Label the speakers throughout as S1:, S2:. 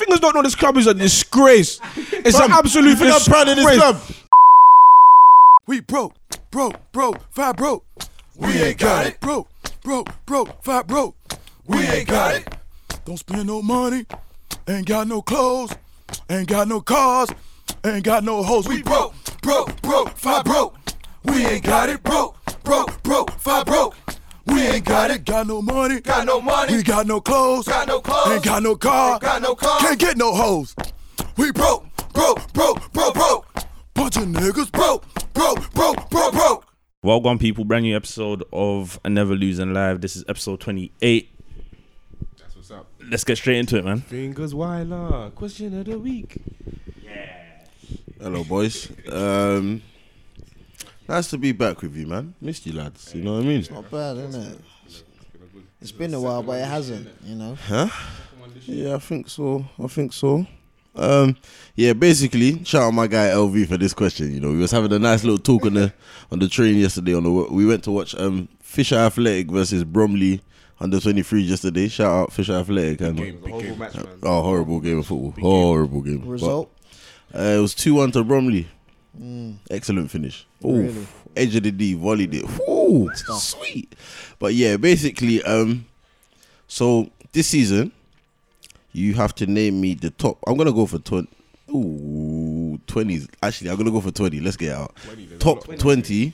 S1: England don't know this club is a disgrace. It's an absolute
S2: You think I'm
S1: disgrace.
S2: proud of this club?
S3: We broke, broke, broke, five broke. We ain't got it. Broke, broke, broke, five broke. We ain't got it. Don't spend no money. Ain't got no clothes. Ain't got no cars. Ain't got no hoes. We broke, broke, broke, five broke. We ain't got it. Broke, broke, broke, five broke. We ain't got it. Got no money. Got no money. We got no clothes. Got no clothes. Ain't got no car. got no car. Can't get no hoes. We broke, broke, broke, broke, broke. Bunch of niggas broke, broke, broke, broke, broke.
S4: Welcome, people. Brand new episode of I Never Losing Live. This is episode 28.
S2: That's what's up.
S4: Let's get straight into it, man.
S5: Fingers Weiler. Question of the week.
S2: Hello, boys. Um, nice to be back with you, man. Missed you, lads. You know what I mean?
S6: Not bad, isn't it? It's been a while, but it hasn't, you know.
S2: Yeah, I think so. I think so. Um, yeah, basically, shout out my guy LV for this question. You know, we was having a nice little talk on the on the train yesterday. On the w- we went to watch um Fisher Athletic versus Bromley under twenty three yesterday. Shout out Fisher Athletic. and-
S5: Horrible match, man.
S2: Oh, horrible game of football. horrible game. But,
S6: Result? Mm.
S2: uh, it was two one to Bromley. Excellent finish. Ooh,
S6: Really?
S2: edge of the D, volleyed it. Ooh, sweet. But yeah, basically, um, so this season, you have to name me the top. I'm gonna go for twenty. Ooh, twenties. Actually, I'm gonna go for twenty. Let's get it out. top twenty.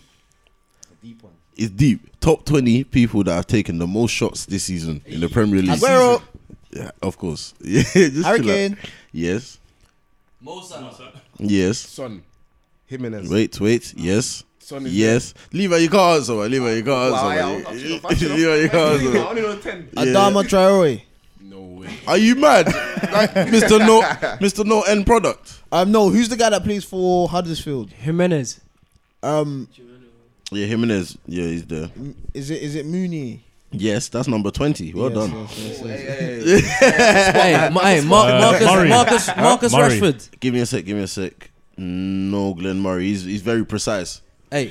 S2: It's deep. Top twenty people that have taken the most shots this season in the Premier League.
S6: Aguero.
S2: Yeah, of course. Yeah, just
S6: Harry
S2: chill out.
S6: Kane.
S2: Yes.
S7: Mo Salah.
S2: Yes.
S5: Son. Jimenez.
S2: Wait, wait, yes.
S5: Son is
S2: Yes. Levi, you can't answer, man. Levi, you can't
S5: Wow, I-
S2: answer,
S5: I'll-
S2: man.
S5: I'll chill off, I'll chill off.
S2: Levi, you can't answer.
S5: I only know 10.
S2: Yeah.
S6: Adama Traore.
S5: No way.
S2: Are you mad? Like, Mr. No Mr. No End Product.
S6: Um, no, who's the guy that plays for Huddersfield?
S7: Jimenez.
S6: Um,
S2: Yeah, Jimenez. Yeah, he's there.
S6: m- is it is it Mooney?
S2: Yes, that's number 20. Well
S6: Yes,
S2: done.
S6: yes, yes, yes.
S7: Hey, Ma- hey, Mar-
S4: Uh,
S7: Marcus,
S4: Murray.
S7: Marcus, Marcus
S4: Murray.
S7: Rashford.
S2: Give me a sec, give me a sec. No, Glenn Murray. He's, he's very precise.
S7: Hey,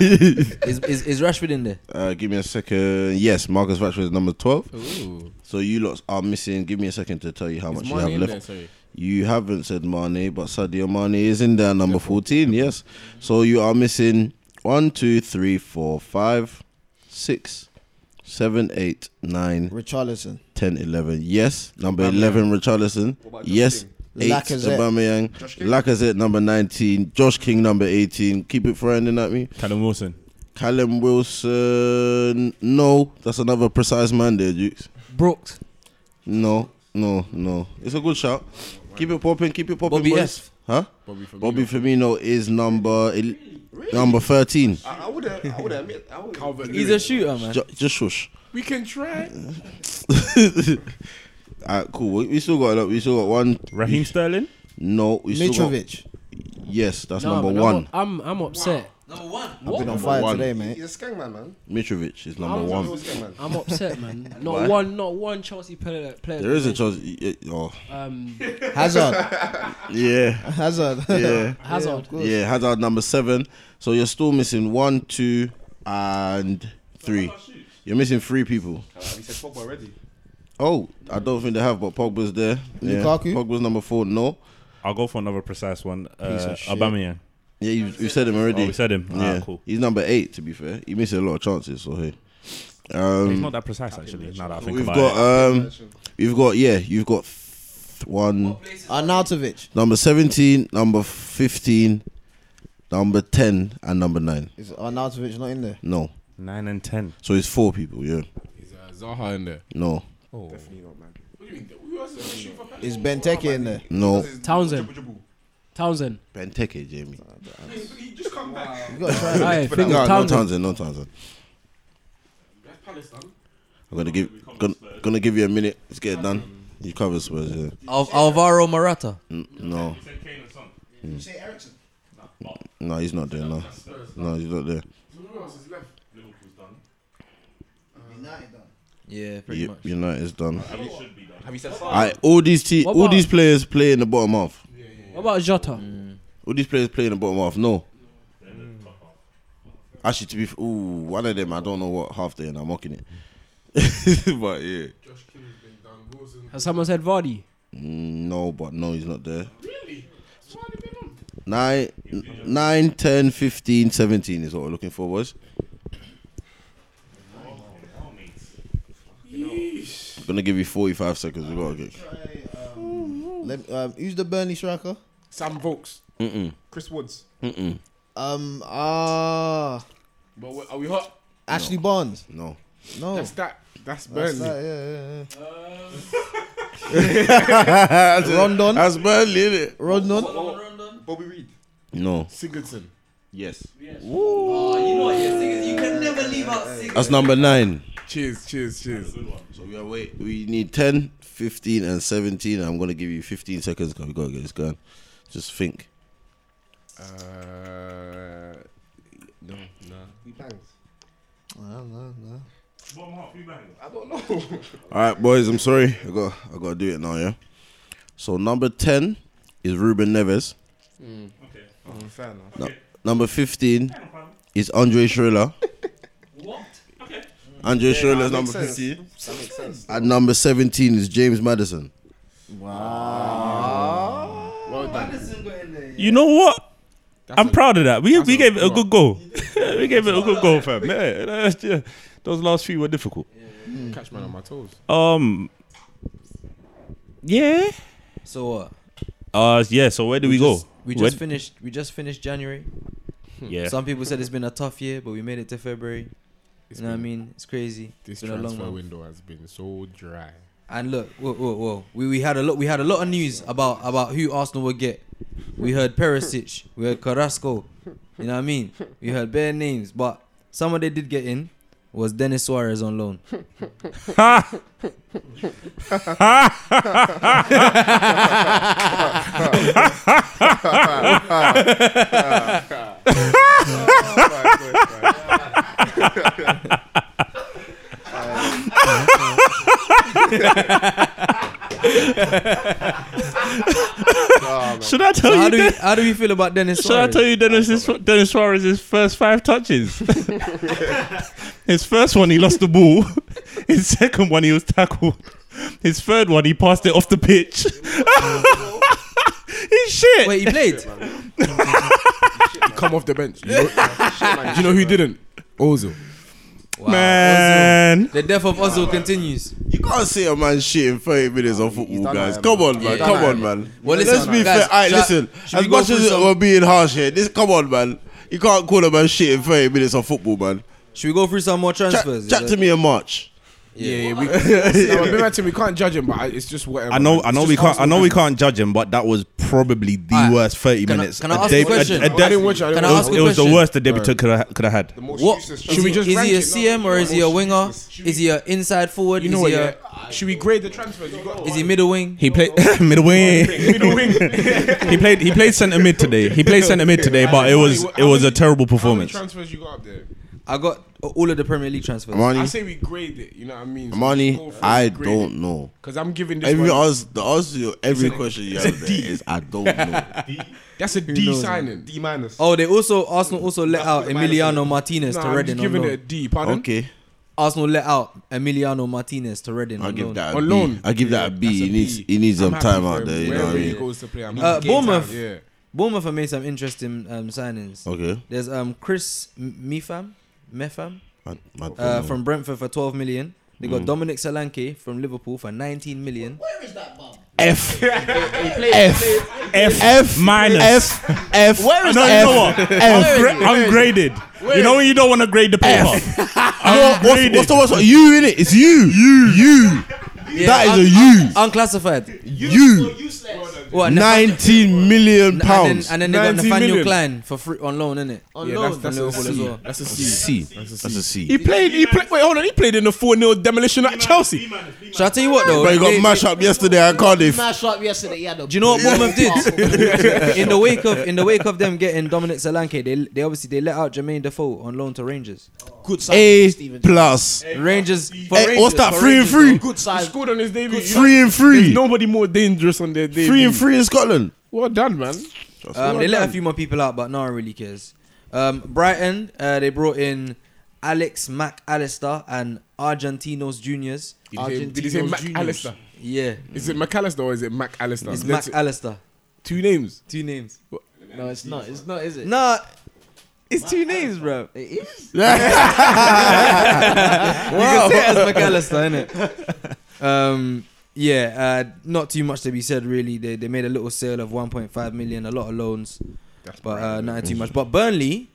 S7: is, is is Rashford in there?
S2: Uh, give me a second. Yes, Marcus Rashford is number 12.
S5: Ooh.
S2: So you lot are missing. Give me a second to tell you how much you
S5: Mane
S2: have
S5: in
S2: left.
S5: there, sorry.
S2: You haven't said Mane, but Sadio Mane is in there, number 14, yes. So you are missing one, two, three, four, five, six, seven, eight, nine,
S6: Richarlison.
S2: 10, 11. Yes, number 11, Richarlison. Yes, 8,
S6: Lacazette.
S2: Aubameyang. Lacazette, number 19. Josh King, number 18. Keep it finding at me.
S4: Callum Wilson.
S2: Callum Wilson. No, that's another precise man there, Dukes.
S7: Brooks,
S2: No, no, no. It's a good shout. Keep it popping, keep it popping,
S7: Bobby
S2: boys.
S7: F.
S2: Huh?
S5: Bobby Firmino.
S2: Bobby Firmino is number el- number thirteen.
S5: I would have. I would admit. I would. Calvert.
S7: he's a shooter, man.
S2: Ju- just shush.
S5: We can try.
S2: Alright, Ah, cool. We, we still got a lot. We still got one.
S4: Raheem Sterling.
S2: No, we still got.
S6: Mitrovic.
S2: Yes, that's
S8: No,
S2: number
S8: but
S2: one.
S8: I'm I'm upset.
S7: Number one.
S6: I've been on
S2: Number
S6: fire
S2: one.
S6: today, mate.
S5: He's a skang man, man.
S2: Mitrovic is
S5: Oh,
S2: number one.
S5: He's a skang man.
S8: I'm upset, man. Not
S2: Why?
S8: one, not one Chelsea player. player
S2: There is a chance. y- y- Oh,
S8: Um,
S6: Hazard.
S2: yeah,
S6: Hazard.
S2: yeah,
S8: Hazard.
S2: yeah. Hazard number seven. So you're still missing one, two, and three. You're missing three people.
S5: He said Pogba already.
S2: Oh, I don't think they have, but Pogba's there. Yeah.
S6: Lukaku?
S2: Pogba's number four. No.
S4: I'll go for another precise one.
S2: Piece
S4: Uh,
S2: of shit.
S4: Aubameyang.
S2: Yeah, you, you said him already.
S4: Oh, we said him.
S2: Yeah,
S4: Yeah, cool.
S2: he's number eight. To be fair, he missed a lot of chances. So hey,
S4: He's
S2: um,
S4: not that precise actually. Now that I think
S2: we've
S4: about
S2: got
S4: it.
S2: um, we've got yeah, you've got th- one
S6: Arnautovic.
S2: number seventeen, number fifteen, number ten, and number nine.
S6: Is Arnautovic not in there?
S2: No,
S4: Nine and ten.
S2: so it's four people. Yeah,
S5: He's uh, Zaha in there.
S2: no,
S5: Definitely not, man.
S6: Is Benteke in there?
S2: no.
S8: Townsend. Townsend.
S2: Benteke, Jamie.
S6: You gotta
S8: All
S6: try and-
S8: right,
S2: No,
S8: finger,
S2: no
S8: Townsend.
S2: Townsend, no Townsend. I'm gonna give gonna, gonna give you a minute. Let's get it done. You cover Spurs, yeah.
S7: Al- Alvaro Morata.
S2: N- No. Hmm. No, he's not there. No, no, he's not there.
S7: Yeah, pretty
S2: U-
S7: much.
S2: United's done.
S5: Have you said Salah?
S2: I all these te-
S8: What
S2: all
S8: about-
S2: these players play in the bottom half.
S8: What about Jota?
S7: Mm.
S2: All these players play in the bottom half. No. Mm. Actually, to be f- ooh, one of them I don't know what half they in. I'm mocking it. but yeah,
S5: Josh King has been done.
S8: Has someone said Vardy?
S2: Mm, No, but no, he's not there. Really? Nine, nine, 10, 15, 17 is what we're looking for, boys. I'm gonna give you 45 seconds. We gotta get.
S6: Let, um, who's the Burnley striker?
S5: Sam Vokes,
S2: Mm-mm,
S5: Chris Woods.
S2: mm-mm.
S6: Um, ah,
S5: But we- are we hot?
S6: Ashley Barnes.
S2: No.
S6: No,
S5: That's that.
S6: That's
S5: That's Burnley.
S6: that, yeah,
S2: Rondon. That's Burnley, innit?
S6: yeah, yeah. Rodnon.
S5: Bobby Reed,
S2: No.
S5: Singleton.
S2: Yes.
S7: Oh, you know what? yeah, thing is, You can never leave out six.
S2: That's number nine.
S5: Cheers, cheers, cheers.
S2: So we are wait. We need 10, 15, and 17. I'm gonna give you 15 seconds because we gotta get this going. Just think.
S5: Uh, no, no. He bangs.
S6: No, no, no.
S5: I don't know.
S2: All right, boys. I'm sorry. I got. I got to do it now. Yeah. So number ten is Ruben Neves.
S7: Mm.
S5: oh, fair enough.
S2: Number fifteen is Andre Schreller. what? Andre Schreller is number fifteen.
S5: That makes sense.
S2: At number seventeen is James Madison.
S5: Well done.
S9: You know what?
S5: That's
S9: I'm
S5: a-
S9: proud of that. We,
S5: that's
S9: we
S5: a
S9: gave it a
S5: lot.
S9: good go. we gave it a good go, fam. Yeah, that's- yeah. Those last few were difficult.
S5: Catch man on my toes.
S9: Um, yeah.
S7: So what?
S9: Uh, yeah. So where do we, go?
S7: just- We just
S9: Where-
S7: finished. We just finished January.
S9: yeah.
S7: Some people said it's been a tough year, but we made it to February. you know what I mean? It's crazy.
S5: This
S7: it's been a long
S5: transfer
S7: one.
S5: window has been so dry.
S7: And look, whoa, whoa, whoa. We, we had a lot. We had a lot of news about about who Arsenal would get. We heard Perisic. we heard Carrasco. You know what I mean? We heard bare names, but someone they did get in was Dennis Suarez on loan.
S5: Ah.
S9: Should I tell
S7: So how
S9: you?
S7: do we
S9: Den-
S7: how do we feel about Dennis
S9: should I
S7: Suarez?
S9: tell you Dennis Dennis Suarez's first five touches? His first one, he lost the ball. His second one, he was tackled. His third one, he passed it off the pitch. He's shit.
S7: Wait, he played.
S5: Come off the bench. You know, do you know who didn't? Ozil.
S7: Wow.
S9: Man,
S7: Ozil. The death of Ozil continues.
S2: You can't say a man shit in 30 minutes of football,
S5: done
S2: guys.
S5: that,
S2: Come
S5: man.
S2: on, man.
S5: done
S2: Come
S5: that,
S2: on, man.
S7: Well, listen,
S2: Let's be
S7: guys,
S2: fair. Alright,
S7: shall-
S2: listen.
S7: shall
S2: As
S7: we go
S2: much
S7: through
S2: as
S7: some-
S2: we're being harsh here, this come on, man. You can't call a man shit in 30 minutes of football, man.
S7: Should we go through some more
S2: Chat,
S7: transfers?
S2: chat to me in March.
S5: Yeah, yeah. We, no, but Bimantin, we can't judge him, but I- it's just whatever.
S9: I know,
S5: man.
S9: I
S5: It's
S9: know
S5: just
S9: we can't, I
S5: Arsenal
S9: know we
S5: fans.
S9: can't judge him, but that was probably the
S7: Alright,
S9: worst thirty
S7: can I-
S9: minutes.
S7: can I ask you a question?
S5: I didn't watch it. I
S7: Can
S5: didn't
S7: I
S9: it was,
S5: watch
S7: ask
S5: it.
S7: a
S9: it was the
S7: question?
S9: worst the debutant could have, could have had.
S7: What?
S5: Should we just
S7: is
S5: rank
S7: he a
S5: it?
S7: CM or is he a winger? Is he an inside forward?
S5: You know what?
S7: is he
S5: Yeah.
S7: a,
S5: Should we grade the transfers? You got
S7: is he middle wing?
S9: He played middle wing.
S5: middle wing.
S9: he played. He played centre mid today. He played centre mid today, but it was it was a terrible performance.
S5: How many transfers you got up there?
S7: I got all of the Premier League transfers.
S5: I
S2: Money,
S5: say we grade it. You know what I mean?
S2: money. I don't know.
S5: Because I'm giving this.
S2: Every
S5: One,
S2: answer, the answer to every question you have there is I don't know.
S5: that's a D signing. D minus.
S7: Oh, they also Arsenal also let out Emiliano Martinez
S5: no,
S7: to
S5: I'm
S7: Reading
S5: just
S7: on
S5: giving
S7: loan.
S5: it a D. Pardon.
S2: okay,
S7: Arsenal let out Emiliano Martinez to Reading
S2: I'll
S7: on
S2: give
S7: loan.
S2: that a
S5: Alone.
S2: B. I'll give that a B.
S5: That's a
S2: He needs
S5: B.
S2: he needs
S5: I'm
S2: some
S5: happy
S2: time
S5: for
S2: out
S5: him.
S2: there. You know
S5: Wherever
S2: what I
S5: he
S2: mean?
S5: goes to play, I'm
S7: Uh,
S5: happy.
S7: Bournemouth.
S5: Yeah.
S7: Bournemouth have made some interesting um, signings.
S2: Okay.
S7: There's um Chris M- Mifam, Mefam
S2: I, I don't
S7: uh,
S2: know.
S7: from Brentford for 12 million. They got Dominic Solanke from Liverpool for 19 million.
S2: F F
S9: F F minus. F.
S2: F. Where
S9: No, you know what? Ungra- ungraded. You know when you don't want to grade the paper.
S2: what's,
S9: ungraded.
S2: what's the what's the, you in it? It's you. You. You. that is a
S7: Unclassified.
S2: you. You.
S7: What? Nathan-
S2: Nineteen million
S7: and then,
S2: pounds.
S7: and then they got
S5: 19
S7: Nathaniel
S5: million.
S7: Klein for free on loan, innit? On
S5: Yeah, that's, that's,
S7: loan
S5: a
S7: from Liverpool as
S5: C.
S7: well.
S5: that's a
S2: That's a
S5: C.
S2: C. That's a C.
S5: He played. He played. Wait, hold on. He played in the four 0 demolition at Chelsea.
S7: Shall I tell you what though?
S2: But he
S7: They-
S2: got mashed up yesterday at Cardiff.
S6: Smash up yesterday. He had a
S7: Do you know what Bournemouth did? in the wake of in the wake of them getting Dominic Solanke, they they obviously they let out Jermaine Defoe on loan to Rangers.
S6: good sign,
S2: A
S6: Steven.
S2: plus.
S7: Rangers for
S2: Eh,
S7: Rangers.
S2: what's that?
S7: for
S2: Three and
S7: Rangers,
S2: three.
S6: Good
S5: He
S6: sign.
S5: scored on his debut. You know,
S2: Three and
S5: There's
S2: three.
S5: nobody more dangerous on their debut.
S2: Three and three in Scotland.
S5: Well done, man.
S7: Um, they let a few more people out, but no one really cares. Um, Brighton, uh, they brought in Alex McAllister and Argentinos Juniors.
S5: Did he say Mac Allister?
S7: Yeah,
S5: Is it McAllister or is it McAllister?
S7: it's Mac
S5: That's
S7: Alistair.
S5: two names.
S7: Two names.
S6: No, it's not. It's not, is it?
S7: Nah, it's two names, bro.
S6: It is.
S7: You can say it as McAllister, innit? Um, yeah, uh, not too much to be said, really. They, they made a little sale of 1.5 million, a lot of loans, but uh, nothing too much. But Burnley,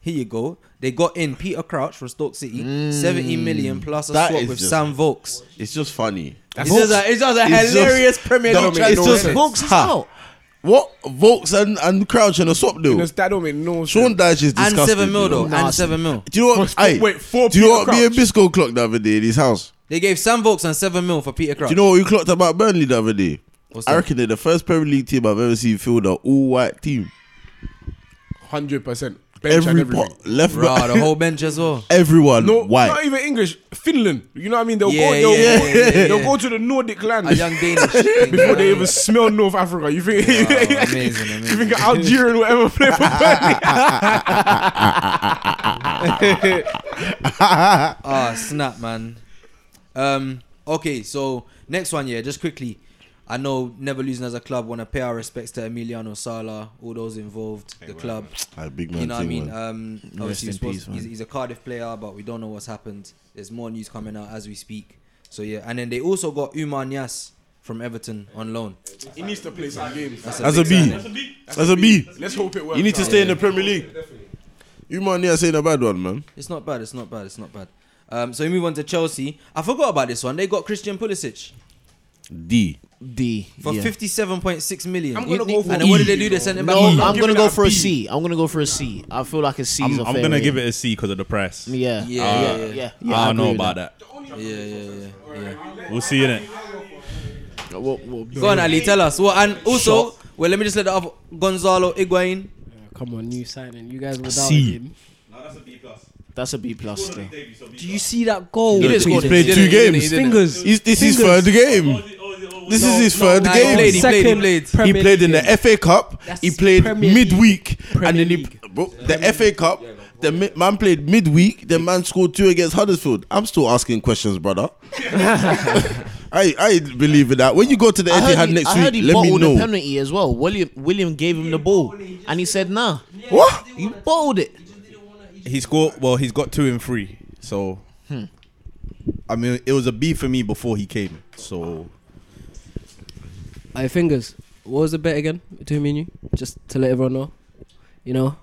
S7: here you go. They got in Peter Crouch from Stoke City, 70 million plus a
S2: That
S7: swap
S2: is
S7: with
S2: just-
S7: Sam Vokes.
S2: It's just funny.
S7: It's just a, it's just a
S2: It's just-
S7: hilarious Premier
S2: Don't
S7: League.
S2: make
S7: transfer.
S2: no sense.
S6: Folks is
S7: Ha.
S6: out.
S2: What Volks and and Crouch in a swap
S5: You
S2: deal?
S5: know, that don't make no
S2: Sean
S5: sense.
S2: Dyche is disgusting.
S7: And seven mil
S2: you know?
S7: though, and seven mil.
S2: Do you know what? Aye,
S5: Wait, four
S2: do you know what?
S5: Peter
S2: Me and
S5: Crouch?
S2: Bisco clocked the other day in his house.
S7: They gave Sam Vokes and seven mil for Peter Crouch.
S2: Do you know what we clocked about Burnley the other day?
S7: What's
S2: I
S7: that?
S2: reckon they're the first Premier League team I've ever seen field an all-white team.
S5: Hundred percent.
S2: Every part, left
S7: Bruh,
S2: back,
S7: the whole bench as well.
S2: everyone
S5: No,
S2: white.
S5: not even English. Finland. You know what I mean? They'll
S7: Yeah,
S5: go. They'll,
S7: yeah,
S5: go
S7: yeah, yeah,
S5: they'll
S7: yeah.
S5: go to the Nordic
S7: A
S5: lands
S7: young Danish. thing,
S5: before they
S7: yeah.
S5: even smell North Africa. You think?
S7: Oh, amazing,
S5: you
S7: amazing.
S5: think Algerian will ever play for Burnley?
S7: Ah, snap, man. Um, okay, so next one, yeah, just quickly. I know never losing as a club. Want to pay our respects to Emiliano Sala, all those involved, the club.
S2: Aye, big man
S7: You know what I
S2: team,
S7: mean?
S2: man.
S7: Um, obviously,
S2: in
S7: he's, supposed-
S2: peace, man.
S7: he's, he's a Cardiff player, but we don't know what's happened. There's more news coming out as we speak. So yeah, and then they also got Umar Nias from Everton on loan.
S5: He needs to play some games.
S2: As a
S7: big
S2: B.
S7: signing.
S2: As a B.
S5: Let's hope it works.
S2: You need to
S5: out.
S2: stay in the Premier League. You man here saying a bad one, man.
S7: It's not bad. It's not bad. It's not bad. Um, so we move on to Chelsea. I forgot about this one. They got Christian Pulisic.
S2: D.
S6: D.
S7: for
S6: yeah.
S7: fifty-seven point six million.
S5: I'm gonna
S6: You
S5: go
S6: need-
S5: for
S7: and
S5: E.
S7: then what did they do? They sent him back.
S6: No,
S7: home.
S6: I'm
S5: giving
S6: gonna go
S5: it a
S6: for a
S5: B.
S6: C. I'm gonna go for a C. I feel like a C is
S4: I'm,
S6: a
S4: I'm
S6: fair
S4: gonna
S6: rate.
S4: give it a C because of the price.
S6: Yeah, yeah,
S7: Yeah, yeah,
S6: yeah,
S7: yeah.
S6: yeah.
S9: Ah,
S4: I don't
S6: agree
S4: know
S6: with
S4: about that.
S7: Yeah, yeah, yeah.
S4: We'll see in it.
S6: that. What- what-
S7: Go on, Ali. Tell us. Well, and also, well, let me just let the other Gonzalo Higuain.
S8: Come on, new signing. You guys were down
S1: See.
S8: him.
S6: That's a B plus. Though.
S8: Do you see that goal?
S7: He didn't
S2: He's
S7: score this.
S2: played
S7: He
S2: two
S7: didn't- he didn't-
S2: games.
S7: he didn't.
S8: Fingers.
S2: He's, this is his
S8: Fingers.
S2: third game. This is his third
S7: no, he
S2: game.
S7: played, he played,
S8: Second
S7: played.
S8: Premier
S2: He played in the
S8: League.
S2: FA Cup.
S8: That's
S2: he played
S8: Premier League.
S2: midweek, and
S8: Premier
S2: then he
S8: League.
S2: bro, the FA Cup. The mi- man played midweek. The man scored two against Huddersfield. I'm still asking questions, brother. I I believe in that. When you go to the
S6: I heard,
S2: Etihad
S6: he,
S2: next
S6: I heard
S2: week,
S6: he
S2: let me
S6: bottled the
S2: know.
S6: penalty as well. William William gave him the ball, and he said, "Nah,
S2: What?
S6: you bottled it."
S9: He scored. Well, he's got two and three. So, I mean, it was a B for me before he came. So,
S8: Aye, fingers. What was the bet again between me and you? Just to let everyone know. You know?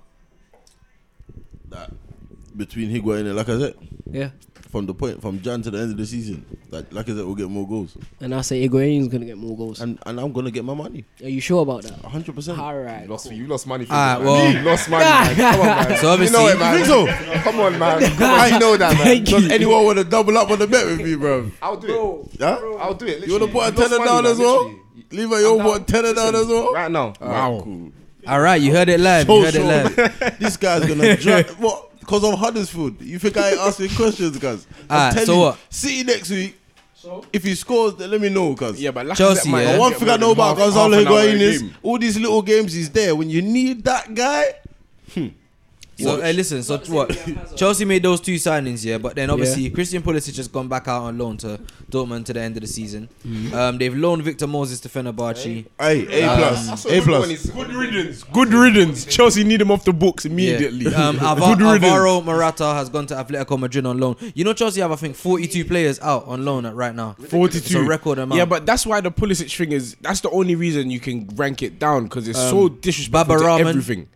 S2: Between Higuain and Lacazette,
S8: Yeah.
S2: from the point from Jan to the end of the season, like Lacazette will get more goals,
S8: And I say Higuain's going to get more goals.
S2: and and I'm gonna get my money,
S8: Are you sure about that?
S2: 100. percent
S8: All
S5: You
S8: right.
S5: lost, you lost money. For
S7: Ah,
S5: this, man.
S7: well.
S5: you lost money. Man. Come on, man.
S7: So obviously,
S5: you know it, man. Come on, man. Come on, you know that, man.
S8: Thank
S2: Does anyone want to double up on the bet with me, bro?
S5: I'll do it.
S2: Huh?
S5: I'll do it.
S2: You want to put a
S5: literally. lost
S2: tenner
S5: money,
S2: down
S5: man,
S2: as well?
S5: literally.
S2: Leave a your
S5: down.
S2: one tenner down as well.
S5: Right now. Wow.
S7: All right, you heard it live.
S2: Oh,
S7: You heard it live.
S2: sure. this guy's gonna drop what because of Huddersfield. You think I ain't asking questions, guys?
S7: Ah,
S2: I'm telling
S7: so
S2: you,
S7: what?
S2: City next week. If he scores, then let me know, cuz.
S5: Yeah, but Lacazette
S7: Chelsea,
S5: might
S7: yeah.
S5: not
S2: But one
S5: get
S2: thing
S5: more
S2: I know
S5: than
S2: about
S5: half- half
S2: Gonzalo
S5: an hour
S2: Higuain
S5: in a
S2: is
S5: game.
S2: all these little games he's there. When you need that guy,
S7: So hey, listen. So what? Chelsea made those two signings, yeah. But then obviously
S8: Yeah.
S7: Christian Pulisic has gone back out on loan to Dortmund to the end of the season. Um, they've loaned Victor Moses to Fenerbahce.
S2: hey, A plus, A plus.
S5: Good riddance. Good riddance. Chelsea need him off the books immediately.
S7: Yeah. Um, Alva-
S5: Good riddance.
S7: Alvaro Morata has gone to Atletico Madrid on loan. You know Chelsea have I think 42 players out on loan at right now.
S5: 42.
S7: It's a record amount.
S5: Yeah, but that's why the Pulisic thing is. That's the only reason you can rank it down because it's so
S7: Um,
S5: disrespectful
S7: Baba
S5: to
S7: Rahman.
S5: everything.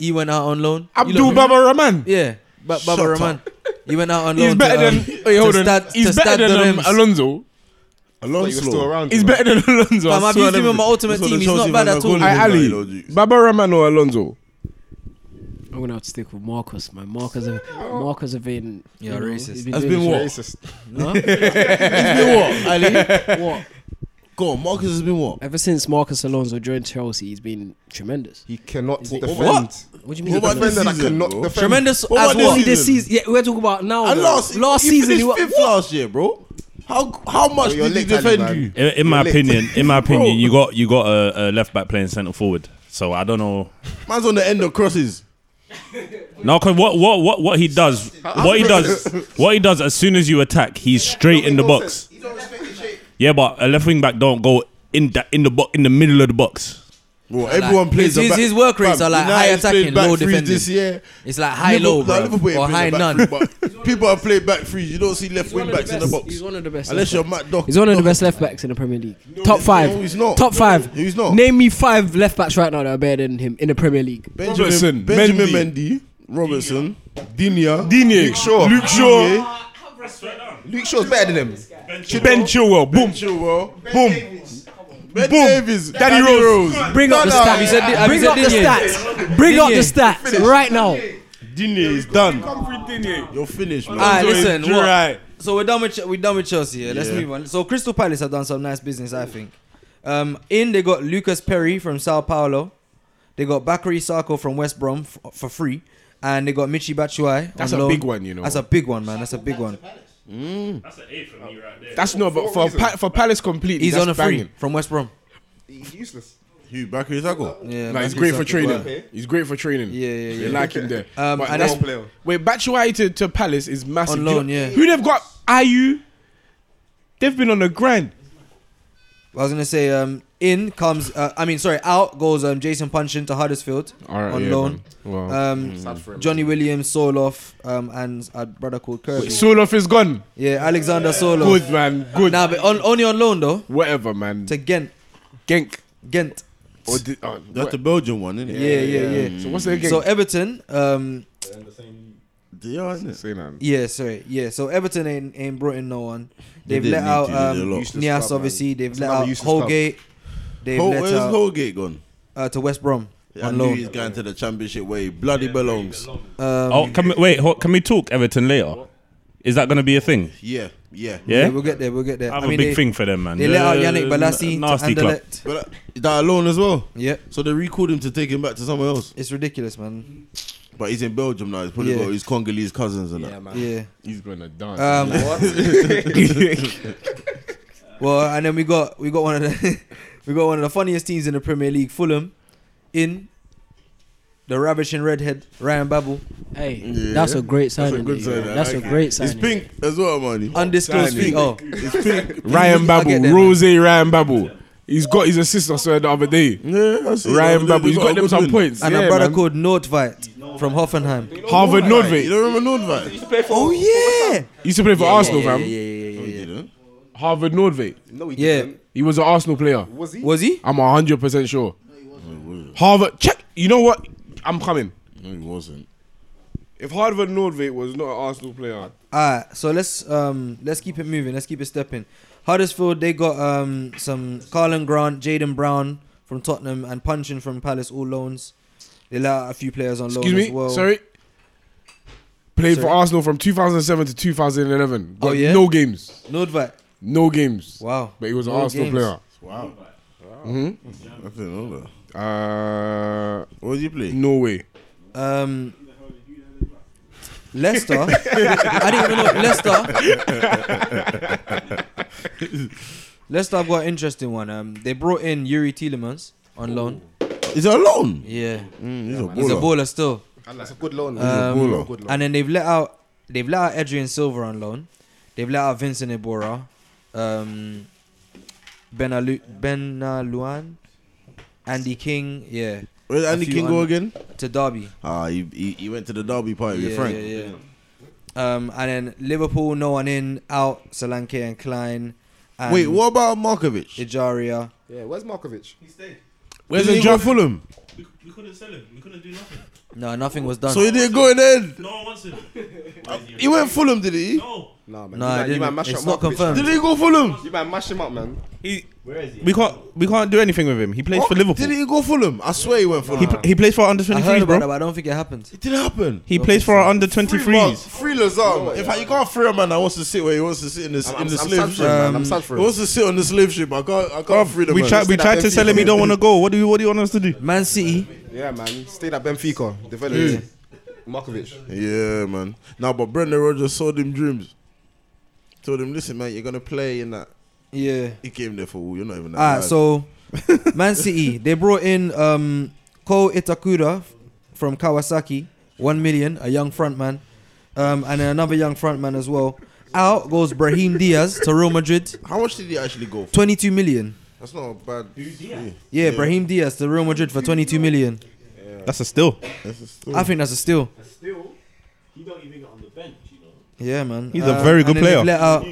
S7: he went out on loan. You
S5: Abdul
S7: lot-
S5: Baba Rahman.
S7: Yeah, ba- Baba Rahman. He went out on loan.
S5: He's better
S7: to, um,
S5: than. Wait, hold
S7: to
S5: on.
S7: Stad- to
S5: He's
S7: Stad
S5: better
S7: de
S5: than um,
S7: Reims.
S5: Alonso.
S2: Alonso.
S5: He's better than Alonso. I
S7: Fam, I've
S5: swear
S7: used
S5: to
S7: him in my
S2: That's
S7: ultimate
S2: what
S7: team.
S2: the
S7: He's not
S2: Chelsea
S7: bad
S2: fans are
S7: at all.
S2: calling him.
S5: Aye, Ali,
S2: Lord Jesus.
S5: Baba Rahman or Alonso?
S8: I'm going to have to stick with Marcus, man. Marcus, have, Marcus have been.
S7: You're
S8: you know,
S7: racist.
S8: he's been
S2: Has
S8: doing
S2: been
S8: his-
S2: what? Has been what, Ali? What? Go on, Marcus has been what?
S8: Ever since Marcus Alonso joined Chelsea, he's been tremendous.
S9: he cannot defend.
S2: What?
S8: What do you
S2: What
S8: mean?
S2: about this
S9: Defender that
S2: season?
S9: cannot
S2: bro?
S9: defend.
S7: Tremendous
S2: What
S7: as
S2: about
S7: well.
S8: Only this season. Yeah, we're talking about now.
S2: And
S8: though.
S2: last
S8: last
S2: he
S8: season, he
S2: finished
S8: was,
S2: fifth last year, bro. How how much
S9: you're
S2: did he
S9: licked, Ali,
S2: defend
S9: man.
S2: you?
S4: In, in my
S9: lit.
S4: opinion, in my opinion, you got you got a, a left back playing centre forward. So I don't know.
S2: Man's on the end of crosses.
S4: No, 'cause what what what what he does, what he does, what he does as soon as you attack, he's straight in the box. Yeah, but a left wing back don't go in that in the bo- in the middle of the box.
S2: Bro, everyone
S7: Like,
S2: plays
S7: his-
S2: a back-
S7: his work rates
S2: Fam,
S7: are like
S2: United's
S7: high attacking,
S2: played back
S7: low
S2: threes
S7: defending.
S2: This year.
S7: It's like high
S2: Liverpool-
S7: low,
S2: nah, Liverpool
S7: bro,
S2: ain't
S7: or
S2: playing
S7: high
S2: back
S7: none.
S2: three, but people are playing back threes. You don't see left wing backs in the box.
S8: He's one of the best.
S2: Unless you're Matt Doc.
S8: He's one of the best left backs in the Premier League. Top
S2: he's-
S8: five.
S2: no, he's not.
S8: Top
S2: No,
S8: five.
S2: he's not.
S8: Name me five left backs right now that are better than him in the Premier League.
S2: Benjamin,
S5: Robertson,
S2: Benjamin
S5: Mendy.
S2: Mendy, Robertson, Dinia,
S3: Digne.
S2: Luke Shaw,
S3: Luke Shaw.
S2: Digne,
S3: Luke Shaw's better than them.
S4: Ben Chilwell, boom.
S2: Chilwell,
S3: Boom.
S2: Ben Davies, Danny Rose,
S8: Bring up the
S2: no, yeah.
S8: stats.
S7: said-
S8: Bring
S7: have you
S8: up the
S7: said
S8: stats. Bring up the
S7: Digne.
S8: stats right now.
S2: Dinia is done.
S3: Humphrey Digne.
S2: You're finished, man.
S7: Alright, listen. What?
S3: Right.
S7: So we're done with Ch- we're done with Chelsea. Yeah? Let's move on. So Crystal Palace have done some nice business, I think. Um, in they got Lucas Perry from Sao Paulo. They got Bakary Sako from West Brom f- for free, and they got Michi Batshuayi.
S5: That's
S7: on
S5: a
S7: loan.
S5: big one, you know.
S7: That's a big one, man. That's a big one.
S4: That's an A for me right there.
S5: That's no, but for pa- for Palace completely,
S7: He's
S5: that's
S7: on a free
S5: banging.
S7: from West Brom.
S6: Useless.
S2: Hugh Bakary Sako.
S7: Yeah,
S5: Like, he's
S7: Bakary
S5: great for
S7: Sako.
S5: training.
S6: Okay.
S5: He's great for training.
S7: Yeah, yeah,
S5: They
S7: yeah.
S5: like him there.
S7: Um,
S5: But
S7: and
S5: that's-
S7: that's
S6: Ball player.
S5: Wait, Batshuayi to, to Palace is massive.
S7: On
S5: Do you
S7: loan,
S5: know-
S7: yeah.
S5: Who they've got? Ayu. They've been on the grind.
S7: I was gonna say, um, in comes, uh, I mean, sorry, out goes um, Jason Punchin to Huddersfield
S5: All right,
S7: on
S5: yeah,
S7: loan.
S5: man. Wow.
S7: Um, Johnny Williams, Soloff, um, and a brother called Kirby.
S5: Suloff is gone.
S7: yeah, Alexander Soloff.
S5: Good man. Good.
S7: Nah, but on, only on loan though
S5: Whatever, man.
S7: to Ghent.
S5: Genk.
S7: Ghent.
S5: Or di- oh,
S2: That's
S5: what-
S2: the Belgian one, isn't it?
S7: Yeah, yeah, yeah.
S5: So what's their game?
S7: So Everton, um,
S2: They are, innit?
S5: Say that.
S7: yeah, sorry, yeah. So Everton ain't, ain't brought in no one. They've
S2: They
S7: let
S2: didn't
S7: out
S2: need to, they did
S7: um,
S2: a lot.
S5: Useless
S7: Nias,
S5: club, man.
S7: obviously. They've
S6: It's
S7: let
S6: another
S7: out
S6: useless
S7: Holgate. They've
S2: Ho-
S7: let
S2: where's
S7: out
S2: Holgate gone?
S7: uh, to West Brom
S2: I
S7: on
S2: knew
S7: loan.
S2: he's going to the championship where he bloody belongs.
S7: Um,
S4: Oh, can we, wait, ho- can we talk Everton later? Is that going to be a thing?
S2: Yeah, yeah.
S4: Yeah,
S7: yeah, we'll get there. We'll get there.
S4: I have
S7: I mean,
S4: a big
S7: they,
S4: thing for them, man.
S7: They let out
S4: Uh,
S7: Yannick Balassi
S4: nasty
S7: to
S4: club.
S7: Anderlecht.
S2: But uh, that alone as well.
S7: Yep.
S2: So they recalled him to take him back to somewhere else.
S7: It's ridiculous, man.
S2: But he's in Belgium now. He's probably
S7: Yeah.
S2: got his Congolese cousins and that.
S7: Yeah.
S5: He's gonna dance.
S7: Um, well, and then we got we got one of the we got one of the funniest teams in the Premier League, Fulham, in the ravishing redhead Ryan Babel,
S8: Hey, that's a great
S2: That's
S8: signing.
S2: a good
S8: you know.
S2: sign. I
S8: That's a
S2: like it.
S8: great
S2: It's
S8: signing.
S2: pink as well, man.
S7: undisclosed
S5: signing.
S7: fee. Oh,
S5: Ryan
S7: I'll get
S5: Babel,
S7: there,
S5: Rose Ryan Babel. He's got his assist I saw the other day.
S2: Yeah, that's it.
S5: Ryan
S2: They-
S5: Babel,
S2: they
S5: he's got
S2: a
S5: them
S2: good
S5: some
S2: win.
S5: points.
S7: and
S5: yeah,
S7: a brother
S5: man.
S7: called Nordveit from Hoffenheim.
S5: Harvard
S2: You
S5: Nordvik.
S2: don't remember Nordvik?
S7: Oh yeah,
S5: He used to play for Arsenal,
S7: yeah,
S5: fam.
S7: yeah, yeah, yeah, yeah,
S5: Harvard Nordvik.
S6: No, he
S7: yeah.
S6: didn't.
S5: He was an Arsenal player.
S6: Was he?
S7: Was he?
S5: I'm 100% sure. Harvard, check. You know what? I'm coming.
S2: No, he wasn't.
S5: If Harvard Nordvik was not an Arsenal player,
S7: Alright, so let's um let's keep it moving. Let's keep it stepping. Huddersfield they got um some Carlin Grant, Jaden Brown from Tottenham, and Punchin from Palace all loans. They let out a few players on
S5: excuse
S7: loan
S5: me,
S7: as well.
S5: sorry. Played for
S7: Sorry.
S5: Arsenal from 2007 to 2011. Got
S7: Oh, yeah?
S5: No games.
S7: Nordvik.
S5: No games.
S7: Wow.
S5: But he was an
S7: No
S5: Arsenal
S7: games.
S5: player.
S2: I don't know that.
S5: Uh,
S2: What did you play?
S5: Norway.
S7: Um, Leicester. I didn't even know Leicester. Leicester, I've got an interesting one. Um, they brought in Yuri Tielemans on loan.
S2: Is it alone?
S7: Yeah,
S2: Mm, he's a
S7: he's a
S2: baller.
S7: baller still.
S6: That's a good loan.
S7: Um,
S6: Good loan. Good loan.
S7: And then they've let out they've let out Adrian Silva on loan. They've let out Vincent Ibora, um, Benalu- Benaluan, Andy King, yeah,
S2: Where's Andy
S7: A few
S2: King go
S7: under-
S2: again?
S7: to Derby.
S2: Ah, he, he, he went to the derby party with Frank.
S7: Yeah, yeah. Um, and then Liverpool, no one in, out Solanke and Klein. And
S2: Wait, what about Markovic?
S7: Ijaria.
S6: Yeah, where's Markovic?
S2: Where's he go Fulham?
S4: We couldn't sell him. We couldn't do nothing.
S7: No, nothing was done.
S2: So he didn't go in there.
S4: No one wants him.
S2: Uh, He went Fulham, did he?
S4: No.
S6: Nah, man.
S7: No,
S6: you
S7: I
S6: might, you
S7: didn't.
S6: might mash
S7: It's
S6: up
S7: not
S6: Markovic.
S7: confirmed.
S2: Did he go Fulham?
S6: You might mash him up, man.
S9: He, We can't we can't do anything with him. He plays
S2: What?
S9: for Liverpool.
S2: Did he go Fulham? I swear he went
S9: He,
S2: Fulham.
S9: pl- he plays for our under
S7: I heard
S9: 23s,
S7: about
S9: bro.
S7: it, but I don't think it happened.
S2: It didn't happen.
S9: He plays for our under
S2: Free, Mark,
S9: 23s.
S2: free Lazar. man. In fact, you can't free a man that wants to sit where he wants to sit in the,
S6: I'm,
S2: in
S6: I'm,
S2: the
S6: I'm
S2: slave
S6: sad for
S2: ship.
S6: him, man.
S7: Um,
S6: I'm sad for
S2: He
S6: him.
S2: wants to sit on the slave ship. I can't, I can't free the
S9: We
S2: man.
S9: tried we tried to sell him. He don't want to go. What do you what do you want us to do?
S7: Man City.
S6: Yeah, man. Stayed at Benfica. Developed. Markovic.
S2: Yeah, man. Now, but Brendan Rodgers sold him dreams. Told him, listen, man, you're going to play in that.
S7: Yeah.
S2: He came there for who? You're not even that
S7: Ah,
S2: bad.
S7: so Man City they brought in um Ko Itakura from Kawasaki, one million, a young frontman, um, and then another young frontman as well, Out goes Brahim Diaz to Real Madrid,
S2: How much did he actually go for?
S7: 22 million.
S2: That's not a bad. Yeah.
S7: Yeah, Brahim Diaz to Real Madrid for 22 million.
S9: That's a still.
S7: I think that's a steal.
S10: Still, he don't even get on the bench, you know.
S7: Yeah, man. Uh,
S9: He's a very good
S7: and
S9: player.
S7: then They've let, out,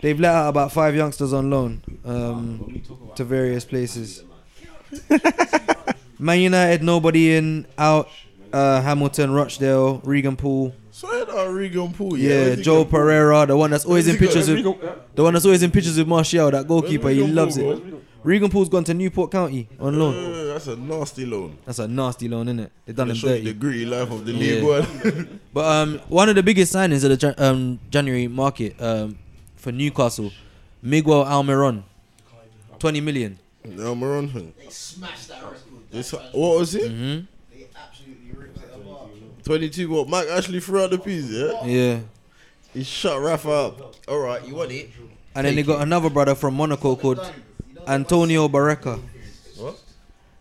S7: they've let out about five youngsters on loan um, to various places. man United, nobody in, out. Uh, Hamilton, Rochdale, Regan Pool.
S2: So it are Regan Pool.
S7: Yeah,
S2: Where's he
S7: Joe
S2: going?
S7: Pereira, the one that's always in
S2: he got?
S7: pictures with the one that's always in pictures with Martial, that goalkeeper. He
S2: Regan
S7: loves
S2: Poole,
S7: it. Regan Pool's gone to Newport County on loan.
S2: Uh, that's a nasty loan.
S7: That's a nasty loan, isn't it? They've done him
S2: That shows the
S7: dirty.
S2: gritty life of the
S7: Yeah.
S2: league one.
S7: But um, one of the biggest signings of the Jan- um, January market um, for Newcastle, Miguel Almiron, 20 million.
S2: no, Maron. This, what was it?
S7: Mhm.
S2: Twenty-two. What Mike actually threw out the piece? Yeah,
S7: Yeah.
S2: he shut Rafa up. All right, you want it?
S7: And then they got another brother from Monaco called Antonio Barreca.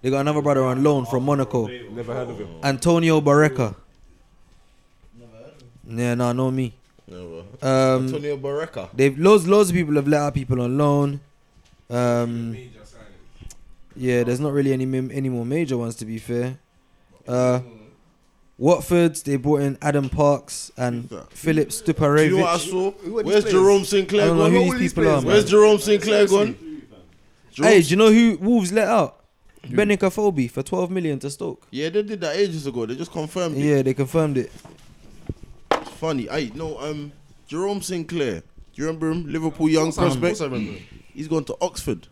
S7: They got another brother on loan from Monaco.
S10: Never heard of him.
S7: Antonio Barreca. Yeah, nah, no me.
S2: No, bro.
S7: Um,
S2: Antonio Barreca.
S7: they've loads, loads of people have let out people on loan. Um, yeah, there's not really any mim- any more major ones to be fair. Uh, Watford, they brought in Adam Parks and Philip
S2: Do you know what I
S7: Stuparevich.
S2: saw?
S6: are these
S2: Where's
S6: players?
S2: Jerome Sinclair
S7: I don't know
S2: gone?
S7: who these people are, man.
S2: Where's Jerome Sinclair gone? Jerome-
S7: Hey, do you know who Wolves let out? Benica Folby for 12 million to Stoke.
S2: yeah, they did that ages ago. They just confirmed it.
S7: Yeah, they confirmed it.
S2: It's funny. I no um Jerome Sinclair. Do you remember him? Liverpool young prospect. He's gone to Oxford.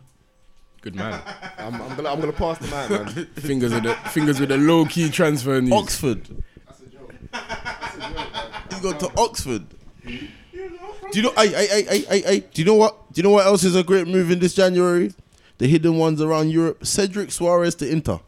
S5: Good man.
S10: I'm, I'm gonna, I'm gonna pass the man, man.
S5: fingers with the fingers with a low key transfer news.
S2: Oxford. He's gone to Oxford. Do you know? I, I, I, I, I, I, do you know what? Do you know what else is a great move in this January? The hidden ones around Europe. Cedric Suarez to Inter.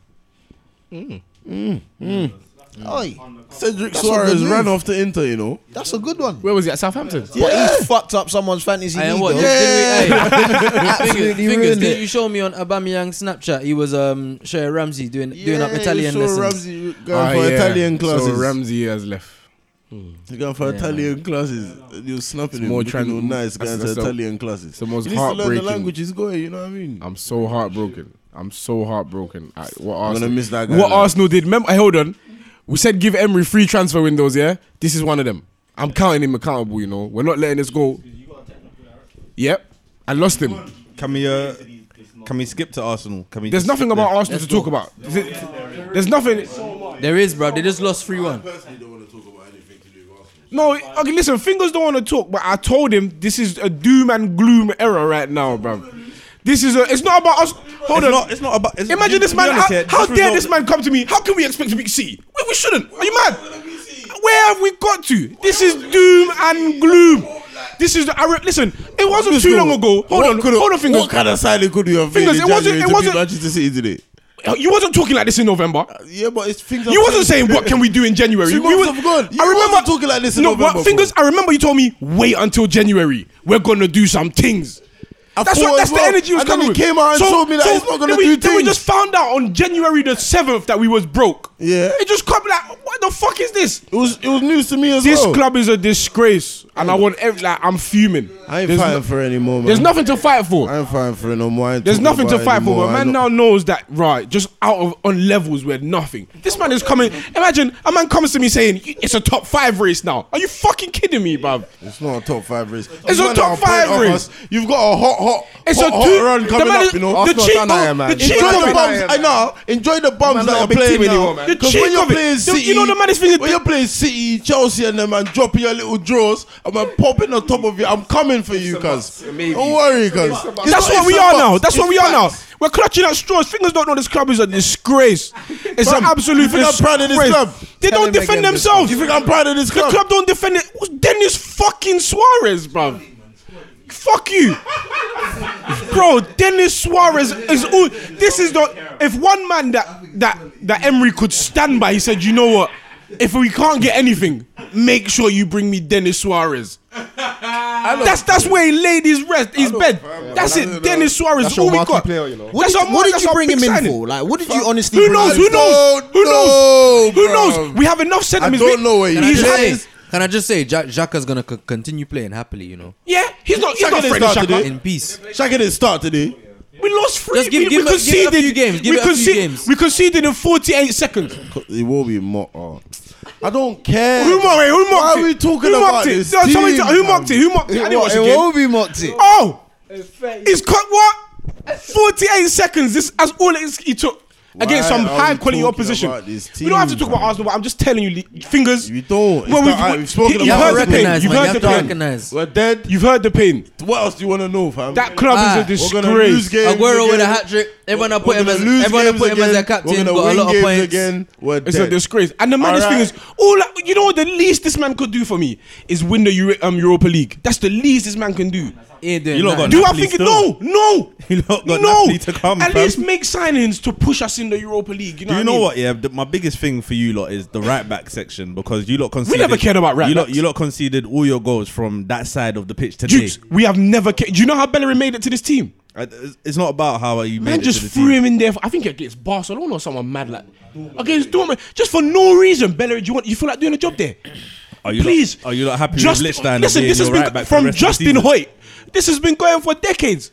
S6: Oi,
S2: Cedric
S6: That's a
S2: Suarez
S6: good move.
S2: ran off to Inter. You know.
S6: that's a good one.
S5: Where was he at Southampton?
S6: But he fucked up someone's fantasy
S7: Hey,
S6: league.
S7: what,
S6: though.
S7: didn't we- hey, fingers,
S6: Absolutely
S7: fingers,
S6: ruined
S7: didn't
S6: it.
S7: you show me on Abamyang Snapchat? He was um Shea Ramsey doing doing up
S2: Yeah, you
S7: Italian
S2: saw
S7: lessons.
S2: Ramsey going
S5: Ah,
S2: for
S5: yeah.
S2: Italian classes.
S5: So Ramsey has left.
S2: He's going for Italian classes. You're snapping him. More
S5: more trans-
S2: trying nice
S5: that's-
S2: going to
S5: that's the-
S2: Italian classes.
S5: the most
S2: he needs to learn the
S5: heartbreaking-
S2: language he's going. You know what I mean?
S9: Uh,
S5: I'm so heartbroken. I'm so heartbroken at what
S2: I'm
S5: Arsenal.
S2: gonna miss that guy.
S5: what
S2: though.
S5: Arsenal did. Remember, hold on. We said give Emery free transfer windows. Yeah, this is one of them. I'm counting him accountable. You know, we're not letting this go. Yep, I lost him.
S9: Can we uh, can we skip to Arsenal? Can we?
S5: There's
S9: just
S5: nothing
S9: skip
S5: about
S9: there?
S5: Arsenal to talk about. Is it- There's nothing.
S7: There is, bro. They just lost three one.
S5: No, okay, listen, fingers don't want to talk, but I told him this is a doom and gloom era right now, bro. This is a. It's not about us. Hold
S9: It's
S5: on.
S9: not- it's not about- it's-
S5: Imagine
S9: to
S5: this
S9: be
S5: man.
S9: honest
S5: how
S9: here,
S5: how
S9: this
S5: dare
S9: result-
S5: this man come to me? How can we expect to beat C? We, we shouldn't. Are you mad? Where have we got to? This is doom and gloom. This is. The, I re- listen. It wasn't too long ago. Hold on. Hold on, fingers.
S2: What kind of signing could you have
S5: Fingers,
S2: made in
S5: it wasn't-
S2: January
S5: it
S2: to beat
S5: wasn't-
S2: Manchester City today?
S5: You wasn't talking like this in November.
S2: Yeah, but it's things.
S5: You wasn't saying what can we do in January.
S2: Two
S5: You
S2: months
S5: were-
S2: have gone. You
S5: I remember
S2: wasn't talking like this in
S5: no,
S2: November,
S5: but fingers. I remember you told me wait until January. We're gonna do some things.
S2: thought
S5: that's what. That's
S2: as well.
S5: the energy you was
S2: And then
S5: coming
S2: he
S5: with.
S2: came out and told me that he's not gonna
S5: then we,
S2: do
S5: then we
S2: things.
S5: just found out on January the seventh that we was broke.
S2: Yeah.
S5: It just come like what the fuck is this?
S2: It was it was news to me as
S5: This
S2: well.
S5: club is a disgrace, and I want every like I'm fuming.
S2: I ain't
S5: There's
S2: fighting
S5: no-
S2: for any more, man.
S5: There's nothing to fight for.
S2: I ain't fighting for it no more. I ain't
S5: There's
S2: talking
S5: nothing to
S2: about it
S5: fight for,
S2: anymore.
S5: but
S2: I
S5: man
S2: ain't
S5: now knows that right, just out of on levels we're nothing. This man is coming. Imagine a man comes to me saying it's a top five race now. Are you fucking kidding me, bruv?
S2: It's not a top five race.
S5: It's a
S2: Man,
S5: top
S2: I'm proud
S5: five
S2: of us.
S5: race.
S2: You've got a hot, hot,
S5: It's
S2: hot,
S5: a
S2: hot
S5: two-
S2: run
S5: the
S2: coming
S5: man
S2: up.
S5: is-
S2: you know,
S5: the cheek of- the cheek
S2: enjoy
S5: of
S2: the
S5: it.
S2: bums. I know. Enjoy the bums that
S5: not a
S2: you're
S5: big
S2: playing
S5: team anymore,
S2: now.
S5: man.
S2: Because
S5: The
S2: when
S5: cheek
S2: you're
S5: of it.
S2: playing
S5: The- you
S2: City,
S5: know the man is thinking-
S2: When you're playing City, Chelsea, and them, man, dropping your little draws, and man, popping on top of you. I'm coming for you, cuz. Don't worry, cuz.
S5: That's what we are now. That's what we are now. We're clutching at straws. Fingers don't know this club is a disgrace. It's an
S2: Bruv,
S5: absolute
S2: you think I'm
S5: disgrace.
S2: proud of this club?
S5: They
S6: Tell
S5: don't
S6: him
S5: defend
S6: again this club.
S5: themselves.
S2: You think I'm proud of this
S5: The
S2: club?
S5: club don't defend it. Who's Dennis fucking Suarez, bruv. Fuck you. Bro, Dennis Suarez is all. This is not. If one man that that that Emery could stand by, he said, "You know what? If we can't get anything, make sure you bring me Dennis Suarez." That's that's where he laid his rest, his bed. That's it. Dennis Suarez.
S10: That's
S5: all
S10: your
S5: we
S10: marquee
S5: got.
S10: player, you know.
S6: What
S5: That's
S6: did,
S5: our
S6: what
S5: mark-
S6: did
S5: that's
S6: you
S5: our
S6: bring
S5: big
S6: him in
S5: signing.
S6: for? Like, what did you honestly
S5: Who
S6: bring
S5: knows?
S6: him
S5: Who
S6: in for?
S5: knows? Who
S2: don't
S5: knows? Who
S2: know,
S5: knows? We have enough
S2: I
S5: sentiments.
S2: don't know where
S5: what
S2: you
S5: he's
S2: just
S5: had,
S2: is.
S7: Can I just say, ja- Xhaka's gonna c- continue playing happily, you know.
S5: Yeah, he's not. He's
S2: Shaka
S5: not
S2: didn't
S5: friend of
S2: start
S5: Shaka.
S2: today.
S7: In peace.
S2: Shaka didn't start today.
S5: We lost three.
S7: Just give-
S5: we,
S7: give
S5: we
S7: it- give it a few
S5: conceded.
S7: games, give
S5: we,
S7: it a few
S5: conceded
S7: games.
S5: we conceded in 48 seconds.
S2: It will be more. Oh. I don't care.
S5: Who mocked it? Who mocked
S2: Why
S5: it?
S2: are we talking
S5: who
S2: about
S5: mocked it?
S2: this
S5: No, somebody
S2: team,
S5: tell- who
S2: man?
S5: mocked it? Who mocked it? I didn't watch the
S6: It
S5: game.
S6: will be mocked it.
S5: Oh, he's cut what? 48 seconds. This that's all it is he took against
S2: Why
S5: some
S2: are
S5: high
S2: we
S5: quality
S2: talking
S5: opposition.
S2: about this
S5: We don't have to
S2: team,
S5: talk about
S2: man?
S5: Arsenal, but I'm just telling you, Lee, fingers.
S2: You don't. It's
S5: Well,
S2: not-
S5: we've-
S2: we've spoken
S5: he- he
S7: You
S2: about
S7: have
S5: heard
S7: to
S5: the pain.
S7: recognize,
S5: You've
S7: man. You
S5: heard
S7: have
S5: the
S7: to
S5: pain.
S7: recognize.
S2: We're dead.
S5: You've heard the pain.
S2: What else do you want to know, fam?
S5: That club
S7: Ah,
S5: is a
S2: we're gonna lose
S5: disgrace.
S2: games.
S7: Aguero with a
S2: again.
S7: hat trick. Everyone have
S2: We're
S7: put him
S2: gonna
S7: as
S2: lose
S7: everyone have
S2: games
S7: put him as
S2: again.
S7: their captain.
S2: We're gonna
S7: Got a
S2: win
S7: lot of
S2: games
S7: points.
S2: again. We're
S5: It's a
S2: dead.
S5: disgrace. And the maddest
S2: All
S5: thing
S2: right.
S5: is, all I, you know what the least this man could do for me is win the Euro, um, Europa League. That's the least this man can do.
S7: He ain't doing
S9: You lot
S7: nothing.
S9: got
S5: Do I
S9: Napoli
S5: think
S9: still.
S5: no, no,
S9: You lot got
S5: no?
S9: Napoli to come,
S5: At
S9: fam.
S5: least make signings to push us in the Europa League. You know
S9: Do you
S5: what
S9: know
S5: I mean?
S9: what? Yeah, the, my biggest thing for you lot is the right back section because you lot conceded.
S5: never cared about right
S9: you lot.
S5: backs.
S9: You lot conceded all your goals from that side of the pitch today.
S5: Dukes, we have never. Ca- Do you know how Bellerin made it to this team?
S9: I- It's it's not about how you made
S5: Man
S9: it
S5: just
S9: to the
S5: threw
S9: team.
S5: him in there. For, I think against Barcelona or someone mad like against Dortmund, just for no reason. Bellerin, do you want? You feel like doing a job there?
S9: Are you
S5: Please,
S9: Not, are you not happy
S5: Just-
S9: with Lichtenstein?
S5: listen, this has been
S9: right back for the
S5: from
S9: rest of the
S5: Justin
S9: season?
S5: Hoyt. This has been going for decades.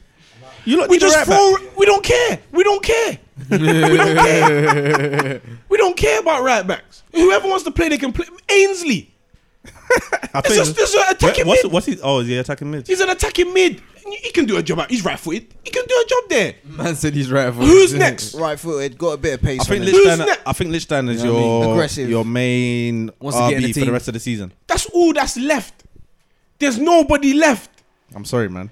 S9: You lot
S5: We
S9: need a
S5: just
S9: right back.
S5: throw. We don't care. We don't care. we don't care. we don't care about right backs. Whoever wants to play, they can play. Ainsley.
S9: I
S5: It's
S9: think-
S5: just it's an
S9: Wait,
S5: attacking
S9: what's,
S5: mid.
S9: what's he? Oh, is he attacking mid?
S5: He's an attacking mid. He can do a job. out- He's right footed. He can do a job there.
S7: Man said he's right. for
S5: Who's
S7: it.
S5: next?
S6: Right footed, got a bit of pace.
S9: I think
S6: on him.
S5: Who's
S9: Lichtenstein.
S5: next?
S9: I think Lichtenstein is
S7: You know what I mean?
S9: your
S6: Aggressive.
S9: your main
S7: Wants to get in the
S9: RB for the
S7: team.
S9: rest of the season.
S5: That's all that's left. There's nobody left.
S9: I'm sorry, man.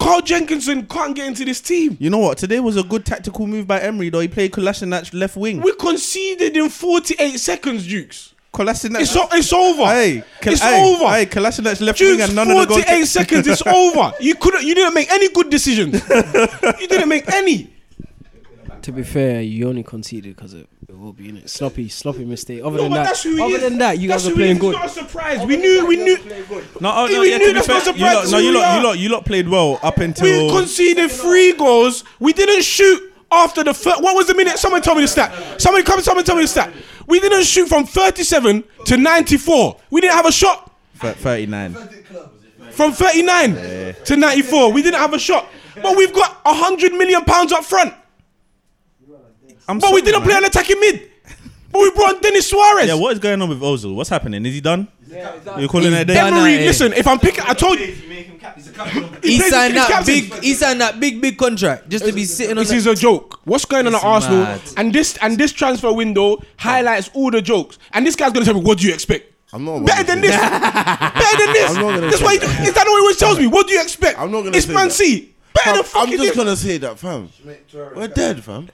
S5: Carl Jenkinson can't get into this team.
S9: You know what? Today was a good tactical move by Emery, though. He played Kolasinac left wing.
S5: We conceded in 48 seconds, Dukes.
S9: Kolasinac.
S5: It's, o- it's over.
S9: Hey, Kal-
S5: it's
S9: hey,
S5: over.
S9: Hey, Kolasinac left wing,
S5: Dukes,
S9: and none of the goals.
S5: 48 seconds, it's over. You couldn't. You didn't make any good decisions. you didn't make any.
S8: To be fair, you only conceded because it, it will be in it. Sloppy, sloppy mistake. Other
S5: No,
S8: than
S5: but
S8: that,
S5: that's who he
S8: other
S5: is.
S8: than that, you
S5: that's
S8: guys are
S5: who he
S8: playing
S5: is.
S8: good.
S5: It's not a surprise. We knew. We knew.
S9: No, oh, no,
S5: We
S9: yeah,
S5: knew
S9: to be
S5: that's
S9: fair,
S5: not
S9: you lot,
S5: surprising
S9: no,
S5: who
S9: you
S5: we
S9: lot,
S5: are.
S9: you lot, you lot played well up
S5: We
S9: until.
S5: conceded three goals. We didn't shoot after the first. What was the minute? Someone tell me the stat. Somebody come. Someone tell me the stat. We didn't shoot from 37 to 94. We didn't have a shot.
S9: Thir- 39.
S5: from 39 to 94. We didn't have a shot, but we've got 100 million pounds up front.
S9: I'm
S5: But we
S9: sorry,
S5: didn't
S9: man.
S5: play an attacking mid. But we brought on Dennis Suarez.
S9: Yeah, what is going on with Ozil? What's happening? Is he done? You're calling
S7: He's
S9: it a day?
S7: done.
S5: Emery,
S7: Nah, eh.
S5: listen, if I'm picking, I told you,
S7: He
S5: plays
S7: signed
S5: the
S7: that
S5: captain.
S7: big. He signed that big, big contract just to be sitting on.
S5: this
S7: the-
S5: is a joke. What's going on
S7: It's
S5: at Arsenal?
S7: mad.
S5: And this and this transfer window highlights all the jokes. And this guy's gonna tell me, what do you expect?
S2: I'm not
S5: Better than this. Better than this.
S2: I'm not gonna
S5: That's
S2: say
S5: why. He,
S2: that.
S5: is that what he always tells me? What do you expect?
S2: I'm not gonna
S5: It's
S2: say
S5: Man
S2: that.
S5: City. Better
S2: Fam,
S5: than
S2: I'm
S5: fucking
S2: just
S5: this.
S2: gonna say that, fam. We're dead, fam.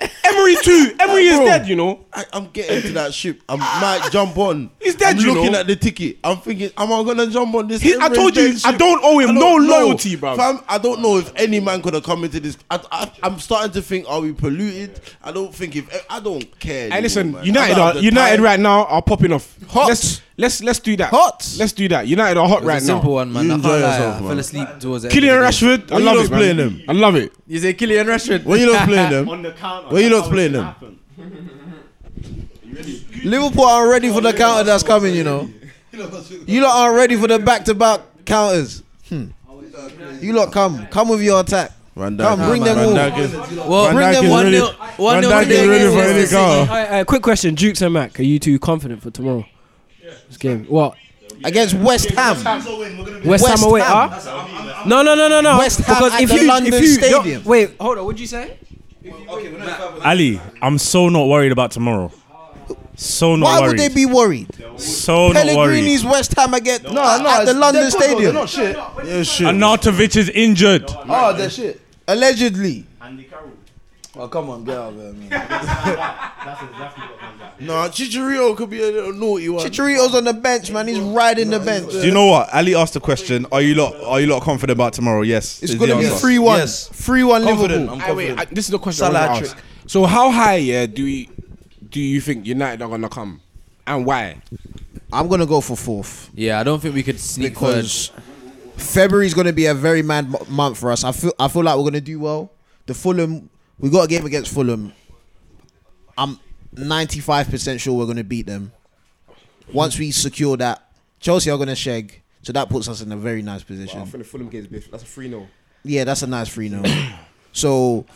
S5: Emery too. Emery is
S2: Bro.
S5: dead. You know.
S2: I, I'm getting to that ship. I might jump on.
S5: It's dead,
S2: I'm
S5: you
S2: looking
S5: know.
S2: at the ticket. I'm thinking, am I gonna jump on this?
S5: He- I
S2: Emirates
S5: told you,
S2: dead
S5: I
S2: ship?
S5: don't owe him
S2: I
S5: no
S2: don't know.
S5: loyalty, bruv.
S2: Fam, I don't know if any man could have come into this. I, I, I'm starting to think, are we polluted? I don't think if I don't care.
S5: Hey,
S2: anymore,
S5: listen,
S2: man. I
S5: United
S2: don't have
S5: are
S2: the
S5: United
S2: time.
S5: right now are popping off.
S2: Hot.
S5: Let's let's let's do that.
S2: Hot.
S5: Let's do that. United are hot
S7: It was
S5: right
S7: a simple
S5: now.
S7: one, man.
S2: You
S7: I
S2: enjoy
S7: can't lie,
S2: yourself,
S7: I
S2: man.
S7: fell asleep towards the
S5: Kylian
S7: end of the game.
S5: Rashford, I
S2: Why you
S5: love
S2: not
S5: it. man.
S2: playing him?
S5: I love it.
S7: You say Kylian Rashford?
S2: When you not playing them?
S10: On the counter.
S2: Well, you
S10: that's
S2: lot
S10: how
S2: playing
S10: it
S2: them.
S10: happened.
S6: Liverpool aren't ready for the counter that's coming, you know. You lot aren't ready for the back to back counters. Hmm. You lot come. Come with your attack.
S2: Van Dijk.
S6: Come, bring them all.
S7: Well,
S2: Van
S7: bring
S2: Dijk
S7: them
S2: is
S7: one
S2: ready-
S7: nil. One nil.
S2: Van Dijk is ready for
S7: against
S2: any
S7: Leicester City.
S2: goal.
S8: Alright, alright, quick question, Jukes and Mac, are you too confident for tomorrow? This game. What?
S6: Against West Ham.
S8: West,
S6: West
S8: Ham away,
S6: Ham.
S8: huh? No, no, no, no, no.
S6: West Ham
S8: because
S6: at
S8: if
S6: the
S8: you,
S6: London
S8: if you, don't-
S6: Stadium.
S8: Wait, hold on. What'd you say?
S4: Ali, I'm so not worried about tomorrow. So not
S6: Why
S4: worried.
S6: would they be worried?
S4: so not worried.
S6: Pellegrini's West Ham against at the London Stadium.
S2: shit. Yeah, shit.
S4: Arnautovic is injured.
S6: Oh, that shit. Allegedly. Oh, come on, get out of here, man.
S2: Nah, Chicharito could be a little naughty one.
S6: Chicharito's on the bench, man. He's riding the bench.
S9: Do you know what? Ali asked the question. Are you lot? Are you lot confident about tomorrow? Yes.
S6: It's
S9: is
S6: going to
S9: the
S6: be
S9: answer.
S6: 3 1. 3 1
S2: Confident.
S6: Liverpool.
S2: I'm
S5: Aye, wait,
S2: confident.
S5: I- this is the question I
S6: Salah
S5: want to ask.
S6: trick.
S5: So how high yeah do we do you think United are gonna come and why?
S6: I'm going to go for fourth.
S7: Yeah, I don't think we could sneak third.
S6: because February is going to be a very mad mo- month for us. I feel I feel like we're going to do well. The Fulham, we got a game against Fulham. I'm 95% sure we're going to beat them. Once we secure that, Chelsea are going to shag. So that puts us in a very nice
S10: But I
S6: position.
S10: think the Fulham game's biff. That's a 3 0.
S6: Yeah, that's a nice 3 0. so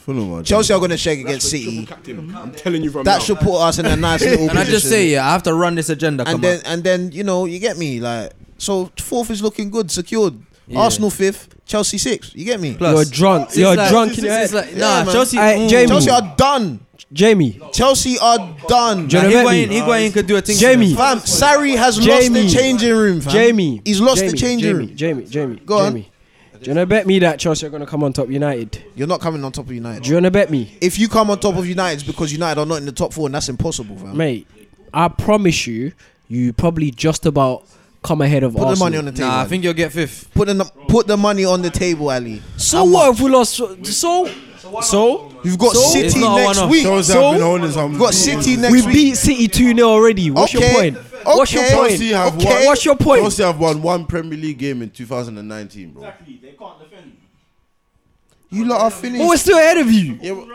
S6: Chelsea are going to shag against City.
S10: I'm
S1: telling you from
S6: That should put us in a nice little
S7: And I
S6: position.
S7: just say, yeah, I have to run this agenda. Come
S6: and then and then you know you get me like so fourth is looking good secured
S7: Yeah.
S6: Arsenal fifth Chelsea sixth you get me
S7: Plus,
S8: You're drunk.
S7: it's
S8: You're
S7: like-
S8: drunk in your
S7: it's
S8: head.
S7: like- nah,
S6: Yeah, man.
S7: Chelsea.
S8: Aight,
S7: mm.
S8: Jamie.
S6: Chelsea are done
S8: Jamie.
S6: Chelsea are done
S8: Do you
S7: Nah,
S8: know what I
S7: Higuain,
S8: mean?
S7: Higuain could do a thing.
S8: Jamie.
S7: for
S6: fam
S7: them.
S6: Sarri has
S8: Jamie.
S6: lost the changing room fam
S8: Jamie.
S6: he's lost
S8: Jamie,
S6: the changing
S8: Jamie,
S6: room
S8: Jamie, Jamie.
S6: Go on.
S8: Jamie. Do you want to bet me that Chelsea are going to come on top United?
S6: you're not coming on top of
S8: Do you
S6: United
S8: want to bet me?
S6: if you come on top of United it's because United are not in the top four and that's impossible fam
S8: Mate, I promise you, you probably just about come ahead of
S6: put
S8: Arsenal.
S6: the money on the table
S7: Nah, I
S6: Ali.
S7: think you'll get fifth.
S6: put the put the money on the table Ali
S8: So what if we lost? So, so, so
S6: you've got
S8: So-
S7: It's
S6: City
S7: not a
S6: next
S7: one-off.
S6: week
S9: Chelsea have been
S6: so
S9: holding some.
S6: you've got City next
S8: we
S6: week
S8: beat City 2 0 already. What's
S6: Okay,
S8: your point? What's your
S6: okay,
S8: point?
S2: Chelsea have
S6: okay.
S2: won.
S8: What's your point?
S2: Chelsea have won one Premier League game in 2019, bro.
S10: They can't defend.
S6: you lot are finished
S8: But we're still ahead of you.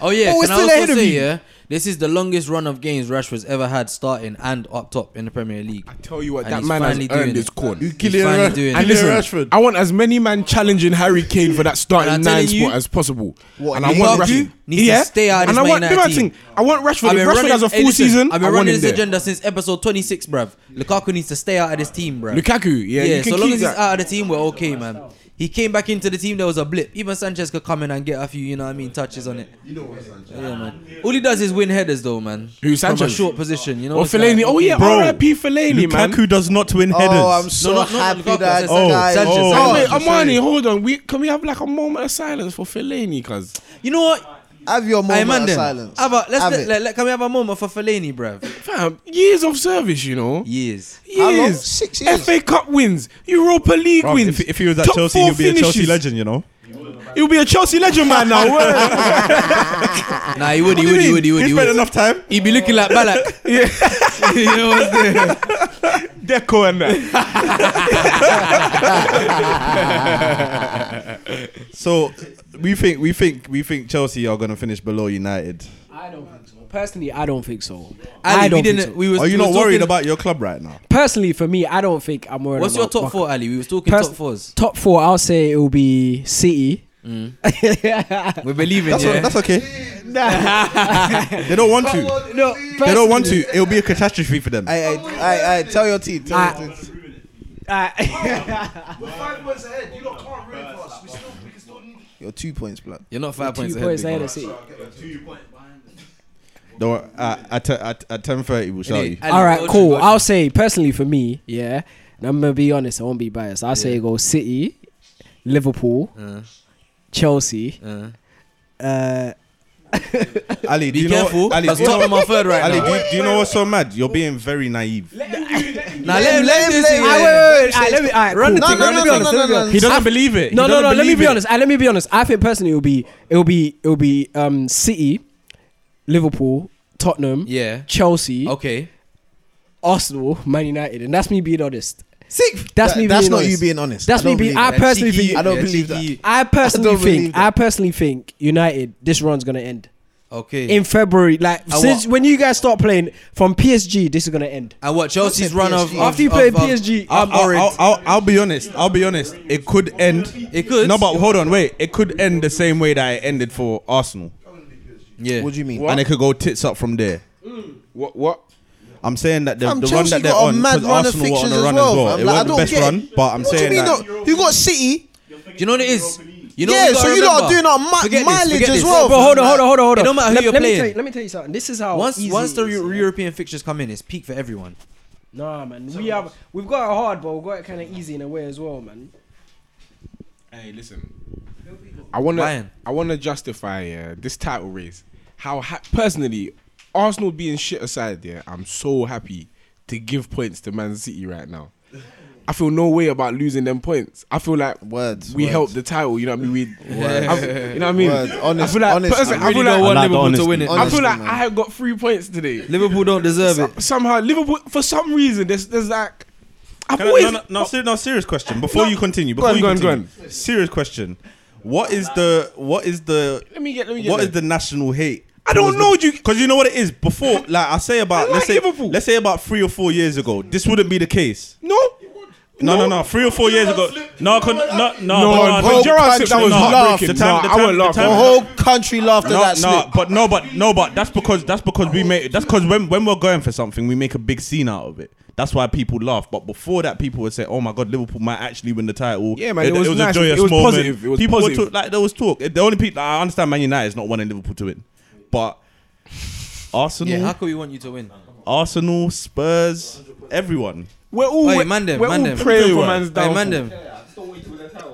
S7: Oh yeah,
S8: Oh, we're
S7: can I
S8: still
S7: also
S8: ahead of
S7: say,
S8: you.
S7: yeah, this is the longest run of games Rashford's ever had starting and up top in the Premier League.
S5: Tell you what,
S7: And
S5: that
S7: he's
S5: man has
S7: finally doing
S5: earned
S7: it.
S5: his corn.
S2: You
S7: He's finally doing
S5: And
S7: it.
S5: listen,
S2: Rashford.
S5: I want as many man challenging Harry Kane for that starting
S7: And I'm
S5: nine
S7: telling you-
S5: spot as possible.
S6: What,
S5: and I
S7: Lukaku
S5: want Rashford.
S7: needs to stay out of
S5: and
S7: this
S5: I want
S7: Man
S5: do my
S7: United team.
S5: thing. I want Rashford. If Rashford has a
S7: hey,
S5: full
S7: listen,
S5: season,
S7: I've
S5: I
S7: been
S5: want
S7: running
S5: him
S7: this
S5: there.
S7: agenda since episode 26, bruv. Lukaku needs to stay out of this team, bruv.
S5: Lukaku, yeah, you can
S7: so long
S5: keep
S7: as
S5: that.
S7: he's out of the team, we're okay, man. He came back into the team. There was a blip. Even Sanchez could come in and get a few, you know what I mean, touches on it. You know what Sanchez? Yeah, man. All he does is win headers, though, man.
S5: Who,
S7: From a
S5: Sanchez?
S7: short position, you know.
S5: Or
S7: it's like-
S5: Fellaini. Oh yeah,
S9: Bro.
S5: R.I.P. Fellaini, man.
S9: Lukaku does not win headers.
S6: Oh, I'm so
S7: no, no,
S6: happy that
S7: Lukaku, that's Sanchez.
S6: guy.
S7: Sanchez,
S6: Oh,
S5: Oh,
S7: Sanchez.
S5: wait, Amani, hold on. We can we have like a moment of silence for Fellaini, cause
S7: You know what?
S6: Have your
S7: I
S6: moment
S7: man,
S6: of
S7: then.
S6: silence.
S7: Have a, let's
S6: Have
S7: let-
S6: it.
S7: let- let- can we have a moment for Fellaini, bruv?
S5: fam, years of service, you know.
S7: Years.
S6: How long?
S5: Years.
S6: Six years.
S5: FA Cup wins, Europa League
S9: Bro,
S5: wins.
S9: if, if he was at
S5: top
S9: Chelsea,
S5: four
S9: he'd be a Chelsea
S5: finishes.
S9: legend, you know?
S5: He'll be a Chelsea legend man now. word.
S6: Ah.
S7: Nah, he would, he would, he would, he would,
S9: He
S7: he
S9: spent
S7: would.
S9: enough time.
S7: He'd be looking like Balak. Yeah. you know what I'm saying?
S5: Deco and that.
S9: So we think we think we think Chelsea are gonna finish below United.
S8: I don't think so. Personally, I don't think so.
S7: Ali,
S8: I don't
S7: we
S8: think
S7: didn't.
S8: so.
S7: We was,
S9: Are you
S7: we was
S9: not worried
S7: talking-
S9: about your club right now?
S8: Personally, for me, I don't think I'm worried
S7: What's your
S8: about
S7: top
S8: Waka.
S7: four, Ali? We was talking
S8: Pers-
S7: top fours.
S8: Top four, I'll say it will be City.
S7: We believe in
S9: That's,
S7: yeah.
S9: that's okay. they don't want to.
S8: no,
S9: They don't want to. It'll be a catastrophe for them.
S6: I, I, I, I, tell your team. Tell your team. You're two points, blood.
S7: You're not five
S8: two
S7: points
S8: points
S7: ahead.
S8: ahead
S7: big
S8: of City.
S9: Don't worry, uh, at, at, at 10.30 we'll shout
S7: man.
S9: you.
S7: Ali,
S8: All right,
S7: go
S8: cool.
S7: through, go
S8: I'll say personally for me, yeah. And I'm gonna be honest. I won't be biased. I'll say go City, Liverpool,
S7: Uh.
S8: Chelsea.
S7: through. Uh,
S8: Uh,
S9: Ali, do
S7: Be
S9: you
S7: careful.
S9: know, Ali,
S7: That's
S9: do you
S7: top
S9: know,
S7: of my third right
S9: Ali, do
S7: now.
S9: you, do you know what's so mad? You're being very naive.
S7: Now let me let me
S8: Ah, wait,
S7: see.
S8: wait, wait. Ah, let me. ah,
S7: Run
S8: cool. Let
S7: the thing, run
S8: me
S7: the
S8: be
S7: thing.
S8: honest, let me be honest.
S5: He doesn't believe it. He
S8: No, no,
S5: doesn't
S8: no. Let me
S5: believe
S8: be
S5: it.
S8: honest. Ah, let me be honest. I think personally, it'll be, it'll be, it'll be um, City, Liverpool, Tottenham,
S7: Yeah.
S8: Chelsea,
S7: Okay.
S8: Arsenal, Man United, and that's me being honest.
S7: Sick.
S8: That's
S6: That-
S8: me.
S6: that's
S8: being
S6: not
S8: honest.
S6: you being honest.
S8: That's
S6: I don't
S8: me being.
S6: believe
S8: I
S6: that.
S8: personally
S7: Cheeky.
S8: think.
S6: I don't
S7: Yeah,
S6: believe
S7: cheeky.
S6: that.
S8: I personally
S6: don't believe
S8: think.
S6: that.
S8: I personally think United. This run's gonna end
S7: Okay.
S8: in February. Like
S7: I
S8: since
S7: wa-
S8: when you guys start playing from PSG, this is gonna end.
S7: and what Chelsea's run of
S6: PSG.
S7: of-
S8: After you
S7: of-
S8: play
S7: of-
S8: PSG,
S9: I'll,
S8: I'm
S9: I'll,
S8: orange.
S9: I'll, I'll, I'll be honest. I'll be honest. It could end.
S7: It could.
S9: No, but hold on, wait. It could end the same way that it ended for Arsenal.
S7: Yeah.
S6: What do you mean?
S9: And it could go tits up from there.
S5: What? What?
S9: I'm saying that the,
S6: Fam,
S9: the run
S6: Chelsea
S9: that they're
S6: got a
S9: on,
S6: mad
S9: because
S6: run of
S9: Arsenal were on
S6: fixtures
S9: a
S6: as
S9: run
S6: well,
S9: as well.
S6: fam.
S9: It
S6: Like, I
S9: wasn't the
S6: don't
S9: best
S6: get it.
S9: run, but I'm
S6: What do you
S9: saying
S6: mean?
S9: that.
S6: no? You got City.
S7: Do you know what it is? You know
S6: yeah,
S7: what
S6: so
S7: gotta
S6: you lot are
S7: remember?
S6: doing our mi-
S7: Forget this,
S6: mileage
S7: forget
S6: as
S7: this.
S6: well.
S8: Bro, hold on, hold on, hold on, hold
S7: It
S8: on.
S7: don't matter who
S8: Let-
S7: you're
S8: let me
S7: playing.
S8: tell you- Let me tell you something. This is how
S7: Once
S8: easy
S7: once
S8: it
S7: the
S8: is, yeah.
S7: Eu- European fixtures come in, it's peak for everyone.
S8: Nah, man. We have we've got it hard, but we've got it kind of easy in a way as well, man.
S5: Hey, listen. I wanna.
S7: Ryan.
S5: I wanna justify yeah, this title race. How ha- personally, Arsenal being shit aside, yeah, I'm so happy to give points to Man City right now. I feel no way about losing them points. I feel like
S6: Words,
S5: we
S6: words.
S5: helped the title. You know what I mean? We, I've- you know what I mean?
S6: Words.
S5: I
S6: Honest-
S5: feel like,
S6: honest.
S5: personally,
S6: I
S5: I feel like,
S4: want Liverpool to
S7: win it.
S5: I feel like
S6: Honestly, man.
S5: I had got three points today.
S7: Liverpool don't deserve it.
S5: somehow Liverpool for some reason there's there's like I've
S9: Can I-
S5: always
S9: no, no, no, ser- no, serious question. Before
S5: Oh. No.
S9: you continue,
S5: Go
S9: before
S5: on,
S9: you
S5: go on, go
S9: continue, serious question. What is the what is the
S5: let me get let me get
S9: what is
S5: there.
S9: the national hate
S5: I don't know you.
S9: Because you know what it is. Before, like I say about let's
S5: I like
S9: say
S5: Liverpool.
S9: let's say about three or four years ago, this wouldn't be the case.
S5: No.
S9: No, no, no. Three or four years ago. No, con- no, no.
S5: No, but Gerard said that was
S9: no,
S5: heartbreaking.
S9: the time-
S5: No,
S9: the
S5: I
S9: time-
S5: would laugh.
S9: the
S1: The
S9: time-
S1: whole country laughed at
S9: no,
S1: that
S9: no,
S1: slip.
S9: but no, but no, but that's because that's because we make that's because when when we're going for something, we make a big scene out of it. That's why people laugh. But before that, people would say, "Oh my God, Liverpool might actually win the title."
S5: Yeah, man, it was nice. It was positive. It was
S9: people
S5: positive.
S9: Talk, like there was talk. The only people I understand, Man United is not wanting Liverpool to win, but Arsenal,
S7: Yeah, how could we want you to win?
S9: Arsenal, Spurs, everyone.
S5: We're all
S7: Oi,
S5: we're,
S7: man them,
S5: we're
S7: man
S5: all
S7: them.
S5: praying for
S9: Everyone.
S5: man's
S7: Hey,
S5: downfall.
S7: man, them.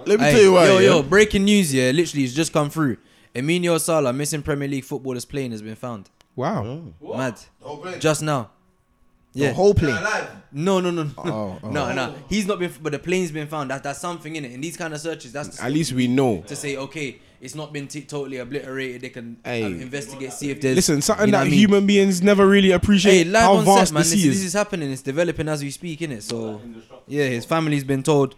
S2: Let me
S7: Hey,
S2: tell you why.
S7: yo,
S2: yeah.
S7: yo, breaking news, yeah. Literally, it's just come through. Emilio Sala, missing Premier League footballers playing, has been found.
S5: Wow.
S7: Mad. Just now. Yeah.
S1: The whole plane.
S7: no, no, no, no,
S5: Oh,
S7: no, no. He's not been, but the plane's been found. That, that's something in it. In these kind of searches, that's
S5: Mm.
S8: At least we know.
S7: to say, okay, it's not been t- totally obliterated. They can uh,
S8: Hey.
S7: investigate, see if there's
S5: Listen, something
S7: you know
S5: that
S7: what I mean?
S5: human beings never really
S7: Hey,
S5: appreciate
S7: live
S5: how
S7: on set,
S5: vast
S7: man.
S5: the
S7: This,
S5: sea
S7: this
S5: is.
S7: is happening. It's developing as we speak, innit? So, yeah, his family's been told.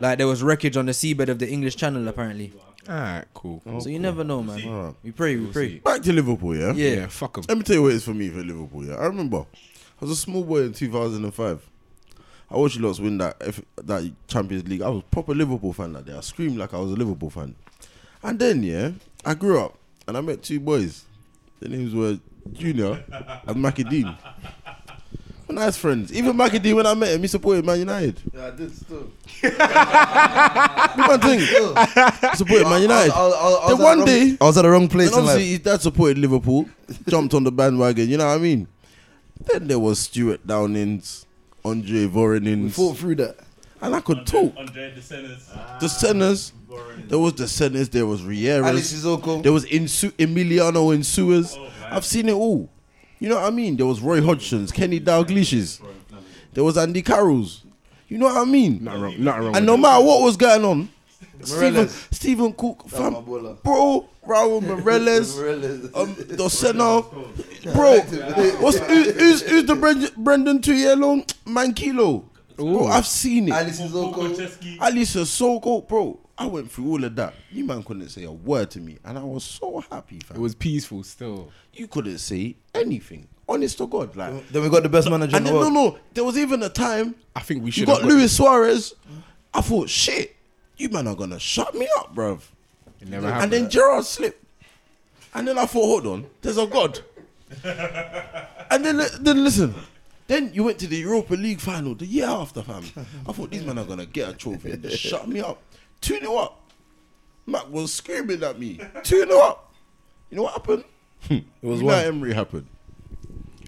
S7: Like there was wreckage on the seabed of the English Channel, apparently.
S5: Alright, Ah, cool.
S7: So you never know, man. We pray, we pray.
S2: Back to Liverpool, yeah?
S7: Yeah.
S5: Yeah, fuck 'em.
S2: Let me tell you what it is for me for Liverpool. Yeah, I remember I was a small boy in 2005. I watched lots win that F- that Champions League. I was a proper Liverpool fan that day. I screamed like I was a Liverpool fan. And then yeah, I grew up and I met two boys. Their names were Junior and Macadine. We're nice friends. Even Macadine, when I met him, he supported Man United.
S6: Yeah, I did still.
S2: Look at my thing. He supported Man United.
S6: I was- I was- I was
S2: Then
S6: at the
S2: one
S6: wrong-
S2: day,
S1: I was at the wrong place
S2: and
S1: in
S2: obviously
S1: life.
S2: his dad supported Liverpool, jumped on the bandwagon. You know what I mean? Then there was Stuart Downings, Andre
S1: We
S2: Vorenins,
S1: fought through that.
S2: and I could talk. The centers, there was the centers, there was
S1: Alex
S2: Rieras,
S1: Sissoko.
S2: there was Insu- Emiliano Insuez. I've seen it all. You know what I mean? There was Roy Hodgson's, Kenny Dalglish's, there was Andy Carroll's. You know what I mean?
S5: Not wrong. Not wrong.
S2: And no matter what was going on, Stephen, Stephen Cook,
S6: my
S2: fam,
S6: baller.
S2: bro, Raul Morales,
S6: Really?
S2: um, the center, bro. What's who, who's who's the Brendan, Brendan two year long man kilo? Bro, I've seen it.
S6: Alice is okay.
S2: Alice is so good, bro. I went through all of that. You man couldn't say a word to me, and I was so happy, fam.
S8: It was peaceful still.
S2: you couldn't say anything. Honest to God, like.
S1: Then we got the best manager in
S2: And
S1: the
S2: then, no,
S1: world.
S2: no, there was even a time
S5: I think we
S2: you
S5: should.
S2: got Luis Suarez. I thought, shit, you man are gonna shut me up, bruv.
S5: It never
S2: And
S5: happened.
S2: then Gerard slipped. And then I thought, hold on, there's a God. and then, then listen. Then you went to the Europa League final the year after, fam. I thought these men are gonna get a trophy. and Just shut me up. 2 0 up. Mac was screaming at me. 2 0 up. You know what happened? It was what Emery happened.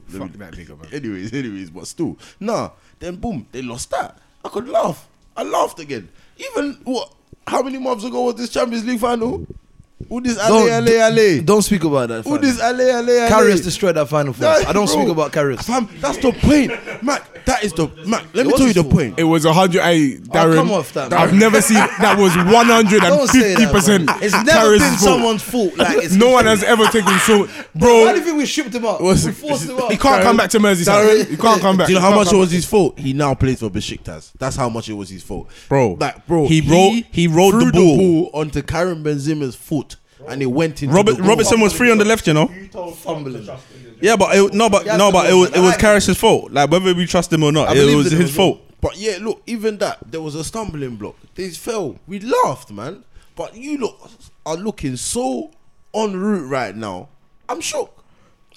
S5: Fuck that nigga, man.
S2: Anyways, anyways, but still, nah. Then boom, they lost that. I could laugh. I laughed again. Even what? How many months ago was this Champions League final? Who this Ale
S1: Don't-
S2: Ale Ale?
S1: Don't speak about that.
S2: Who
S1: fam.
S2: this Ale Ale Ale?
S1: Carrius destroyed that final for us. I don't
S2: Bro,
S1: speak about Carrius.
S2: Fam, that's the point, Mac. That is the Mac. Let me
S1: was
S2: tell
S1: his
S2: you the
S1: fault.
S2: point.
S5: It was a hundred.
S7: Oh,
S5: Hey, Darren,
S1: come off that,
S5: I've
S1: man.
S5: never seen that was one hundred
S1: Don't
S5: and
S1: say
S5: fifty
S1: that.
S5: percent.
S1: fam. It's never been someone's fault. Like, it's
S5: No one has ever taken
S1: Why
S5: so,
S1: do
S5: bro.
S1: you think we shipped him out?
S2: Was-
S1: we forced him out.
S5: He can't come back to Merseyside. He can't come back.
S2: Do you know how
S5: He can't
S2: much it
S5: come
S2: was his fault? He now plays for Besiktas. That's how much it was his fault,
S9: Bro,
S2: Like, bro,
S9: he rolled- he rolled
S2: threw
S9: the ball.
S2: onto Karen Benzema's foot, and it went into
S9: Robert
S2: the goal.
S9: Robertson was free on the left, you know.
S1: fumbling.
S9: Yeah, but it, no, but
S1: He has
S9: no,
S1: to
S9: but
S1: go.
S9: it was it was
S1: Like-
S9: Karas's fault. Like whether we trust him or not,
S2: I
S9: it
S2: believed
S9: was
S2: in him
S9: his
S2: as well.
S9: fault.
S2: But yeah, look, even that there was a stumbling block. They fell. We laughed, man. But you look are looking so en route right now. I'm shocked.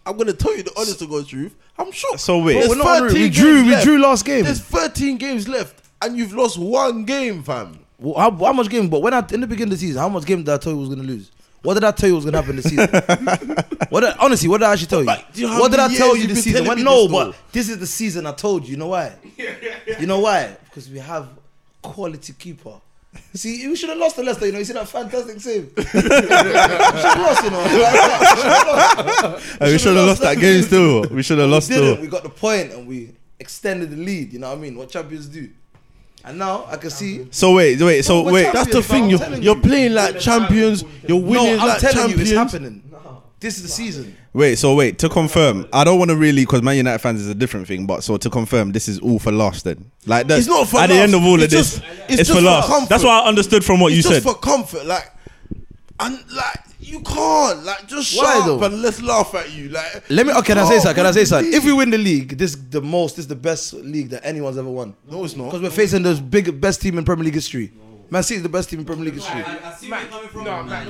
S2: I'm gonna tell you the honest to God truth. I'm shocked.
S9: So wait.
S2: There's
S9: But
S1: we're not en route.
S2: 13
S1: We drew-
S2: games
S1: we
S2: left.
S1: drew last game.
S2: There's 13 games left, and you've lost one game, fam.
S1: Well, how, how much game? But when I in the beginning of the season, how much game did I tell you was gonna lose? What did I tell you was gonna happen this season? what did, honestly, what did I actually tell you?
S2: But do you know how
S1: what did I
S2: many
S1: tell
S2: years
S1: you
S2: you've
S1: this
S2: been
S1: season?
S2: telling
S1: When,
S2: me
S1: no,
S2: this
S1: but
S2: though?
S1: this is the season I told you. You know why? you know why? Because we have quality keeper. See, we should have lost to Leicester. You know, you see that fantastic save. we should have lost. You know, We should've lost.
S9: Hey, we should have lost that game still. We should have lost
S1: We didn't.
S9: still.
S1: We got the point and we extended the lead. You know what I mean? What champions do. And now I can see.
S9: So wait, wait, so
S1: we're
S9: wait.
S1: champions,
S2: That's the
S1: fam,
S2: thing.
S1: I'm
S2: You're,
S1: telling
S2: you're
S1: you.
S2: playing like champions. You're winning
S1: No, I'm
S2: like
S1: telling
S2: champions.
S1: you, it's happening. This is the season.
S9: Wait, so wait, to confirm, I don't want to really because Man United fans is a different thing, but so to confirm, this is all for laughs then. Like that,
S2: It's not for
S9: at the
S2: laughs.
S9: end of all
S2: It's
S9: of
S2: just-
S9: this.
S2: it's
S9: It's,
S2: just
S9: for
S2: for
S9: laughs.
S2: comfort.
S9: That's what I understood from what
S2: it's
S9: you
S2: just
S9: said.
S2: for comfort, like, and like you can't on, like just
S6: Why
S2: shut up
S6: though?
S2: and let's laugh at you. Like
S6: Let me. Oh, can I say
S2: Oh,
S6: something? Can I say something?
S2: please.
S6: If we win the league, this is the most. This is the best league that anyone's ever won.
S2: no, it's not.
S6: Because we're facing the big best team in Premier League history. Man City is the best team in Premier League history. They are, man.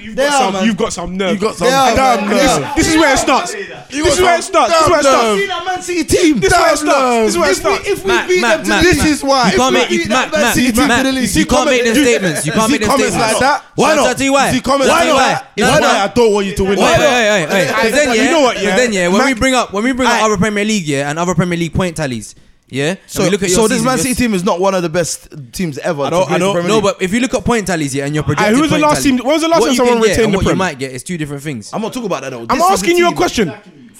S1: You've
S6: They
S1: got
S6: are,
S1: some-
S6: man.
S1: You've got some nerve.
S2: You got some
S6: Yeah,
S2: damn
S6: man.
S2: nerve.
S6: Yeah.
S5: This is where it starts.
S2: You
S5: This is
S2: got
S5: where it
S2: some
S5: starts. This is
S2: damn
S5: where it starts.
S2: nerve.
S6: Seen that Man City team.
S5: This is where it
S2: Damn
S5: starts. This is where it
S6: If we,
S5: starts.
S6: if we
S7: Matt,
S6: beat
S7: Matt,
S6: them to
S7: Matt,
S6: the
S2: This
S7: Matt.
S6: league,
S2: is why.
S7: You can't
S2: If
S7: make
S2: we
S7: you,
S2: beat
S7: Matt,
S2: Man
S7: Matt,
S2: City
S7: Matt,
S2: to the
S7: Matt,
S2: league,
S7: you can't make them
S2: comment-
S7: statements. You can't
S2: see
S7: make them
S2: comments
S7: statements.
S2: like that? Why
S7: Why not?
S2: not?
S7: I'll tell you why.
S2: See comments
S7: I'll
S2: like
S7: tell you
S2: that?
S7: why. No,
S2: Why
S7: no.
S2: not? I don't want you to win.
S7: Wait,
S2: Why not?
S7: wait, wait, wait, wait. 'Cause then,
S1: you
S7: yeah,
S1: know what,
S7: 'cause
S1: yeah?
S7: then, yeah, when we
S6: Mac-
S7: bring up when we bring up
S6: Aight.
S7: other Premier League, yeah, and other Premier League point tallies, yeah. and
S6: so,
S7: we look at your
S6: so this
S7: season,
S6: Man
S7: your
S6: City
S7: se-
S6: team is not one of the best teams ever. to
S7: No,
S6: be in the Premier
S7: no,
S6: League.
S7: but if you look at point tallies, yeah, and your
S5: Aight,
S7: projected
S5: who was the
S7: point
S5: last
S7: tally,
S5: team- when was the last
S7: what
S5: time
S7: you
S5: someone
S7: can get
S5: retained
S7: and
S5: the
S7: what you
S5: Prem?
S7: might get is two different things.
S6: I'm not talking about that though.
S5: I'm
S6: This is
S5: asking
S6: the
S5: you a
S6: team.
S5: question.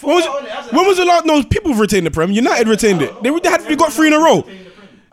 S5: When was, when was the last? No, people have retained the Prem. United retained it. They, they had we got three in a row.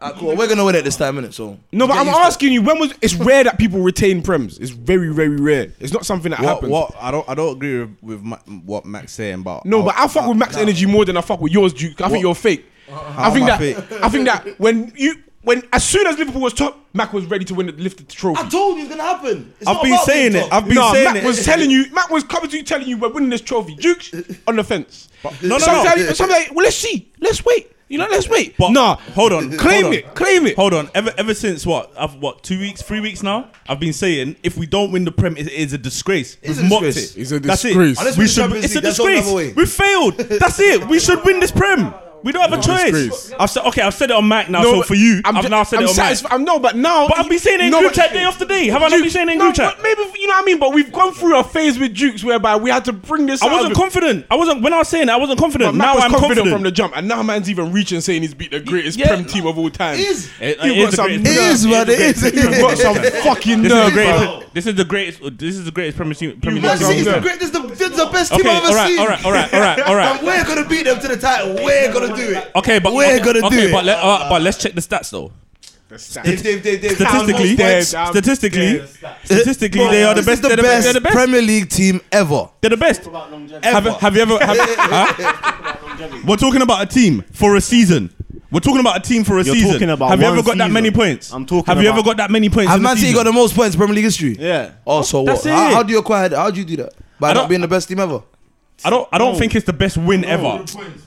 S6: Ah, cool. We're gonna win it this time, innit? So
S5: No, but
S6: Get
S5: I'm
S6: used to it.
S5: asking you. When was? It's rare that people retain Prems. It's very, very rare. It's not something that
S9: What,
S5: happens.
S9: what I don't I don't agree with, with Ma- what Max saying, but
S5: No, but I fuck with Max Energy more than I fuck with yours, Duke. I think you're fake. I
S9: am
S5: think
S9: I
S5: that I think that when you when as soon as Liverpool was top, Mac was ready to win the lift the trophy.
S6: I told you it's gonna happen. It's
S9: I've
S6: not
S9: been
S6: about
S9: saying
S6: being
S9: it.
S6: top.
S9: I've been
S5: no,
S9: saying
S5: Mac
S9: it.
S5: was telling you. Mac was coming to you telling you we're winning this trophy. Duke's on the fence.
S9: no, no.
S5: Sometimes- sometimes, well, let's see. Let's wait. You know, let's wait.
S9: But-
S5: nah,
S9: hold on,
S5: Claim
S9: hold on.
S5: it. Claim it.
S9: Hold on. Ever ever since what? I've what two weeks, three weeks now. I've been saying if we don't win the prem, it is a disgrace.
S6: It's a
S9: We've mocked
S6: disgrace.
S9: it.
S1: It's a
S9: That's it.
S1: disgrace. Unless
S6: we
S9: We
S6: win
S9: should.
S6: Champions
S9: It's a
S6: League, that's all
S9: disgrace.
S6: another way.
S9: We failed. That's it. We should win this prem. We don't have a choice.
S1: disgrace.
S9: I've said okay. I've said it on Mac now. so
S5: but
S9: for you, i have
S5: ju-
S9: now said
S5: I'm
S9: it on
S5: satisfied.
S9: Mac.
S5: I'm no, but now.
S9: But I've been saying it in
S5: No,
S9: group
S5: but-
S9: chat day after day. Have I not
S5: Duke-
S9: been saying it in
S5: no,
S9: group chat?
S5: but Maybe you know what I mean. But we've gone through a phase with Jukes whereby we had to bring this.
S9: I
S5: out
S9: wasn't
S5: of it.
S9: confident. I wasn't when I was saying it, I wasn't confident.
S5: But Mac
S9: Now
S5: was
S9: I'm
S5: confident,
S9: confident.
S5: from the jump, and now man's even reaching saying he's beat the greatest
S9: yeah.
S5: Prem team of all time.
S6: Is.
S9: It- it
S5: You've
S9: is
S5: got
S9: the
S5: some
S9: greatest-
S6: It
S5: nerve.
S6: is, man. It is.
S5: You've got some fucking
S9: This is the
S5: nerve, bro.
S9: greatest. This is the greatest. This is the greatest Premier League. Premier
S6: Man
S9: League
S6: City's
S9: team.
S6: the great. This is the, this is the best team
S9: Okay,
S6: I've ever
S9: all right,
S6: seen.
S9: all right, all right, all right, all right.
S6: And we're gonna beat them to the title. We're gonna do it.
S9: Okay, but
S6: we're
S9: okay,
S6: gonna
S9: okay,
S6: do it.
S9: But, let, uh, but let's check the stats though.
S6: Dave, Dave, Dave, Dave,
S9: Statistically,
S5: dead. I'm
S9: statistically, statistically, they are the
S6: This is
S9: best. They're the best. They're the best.
S6: Premier League team ever.
S9: They're the best. Have, have you ever? Have, huh? We're talking about a team for a season. We're talking about a team for a
S10: You're
S9: season.
S10: talking about
S9: have you
S10: one
S9: ever got that
S10: season.
S9: many points?
S10: I'm talking
S9: Have you ever
S10: about-
S9: got that many points?
S6: Have
S9: in a
S6: Man City
S9: season?
S6: got the most points in Premier League history?
S10: Yeah.
S6: Oh, so
S9: That's
S6: what? How,
S9: it.
S6: how do you acquire that? How do you do that? By
S9: I
S6: not
S9: don't-
S6: being the best team ever.
S9: I don't. I don't think it's the best win ever.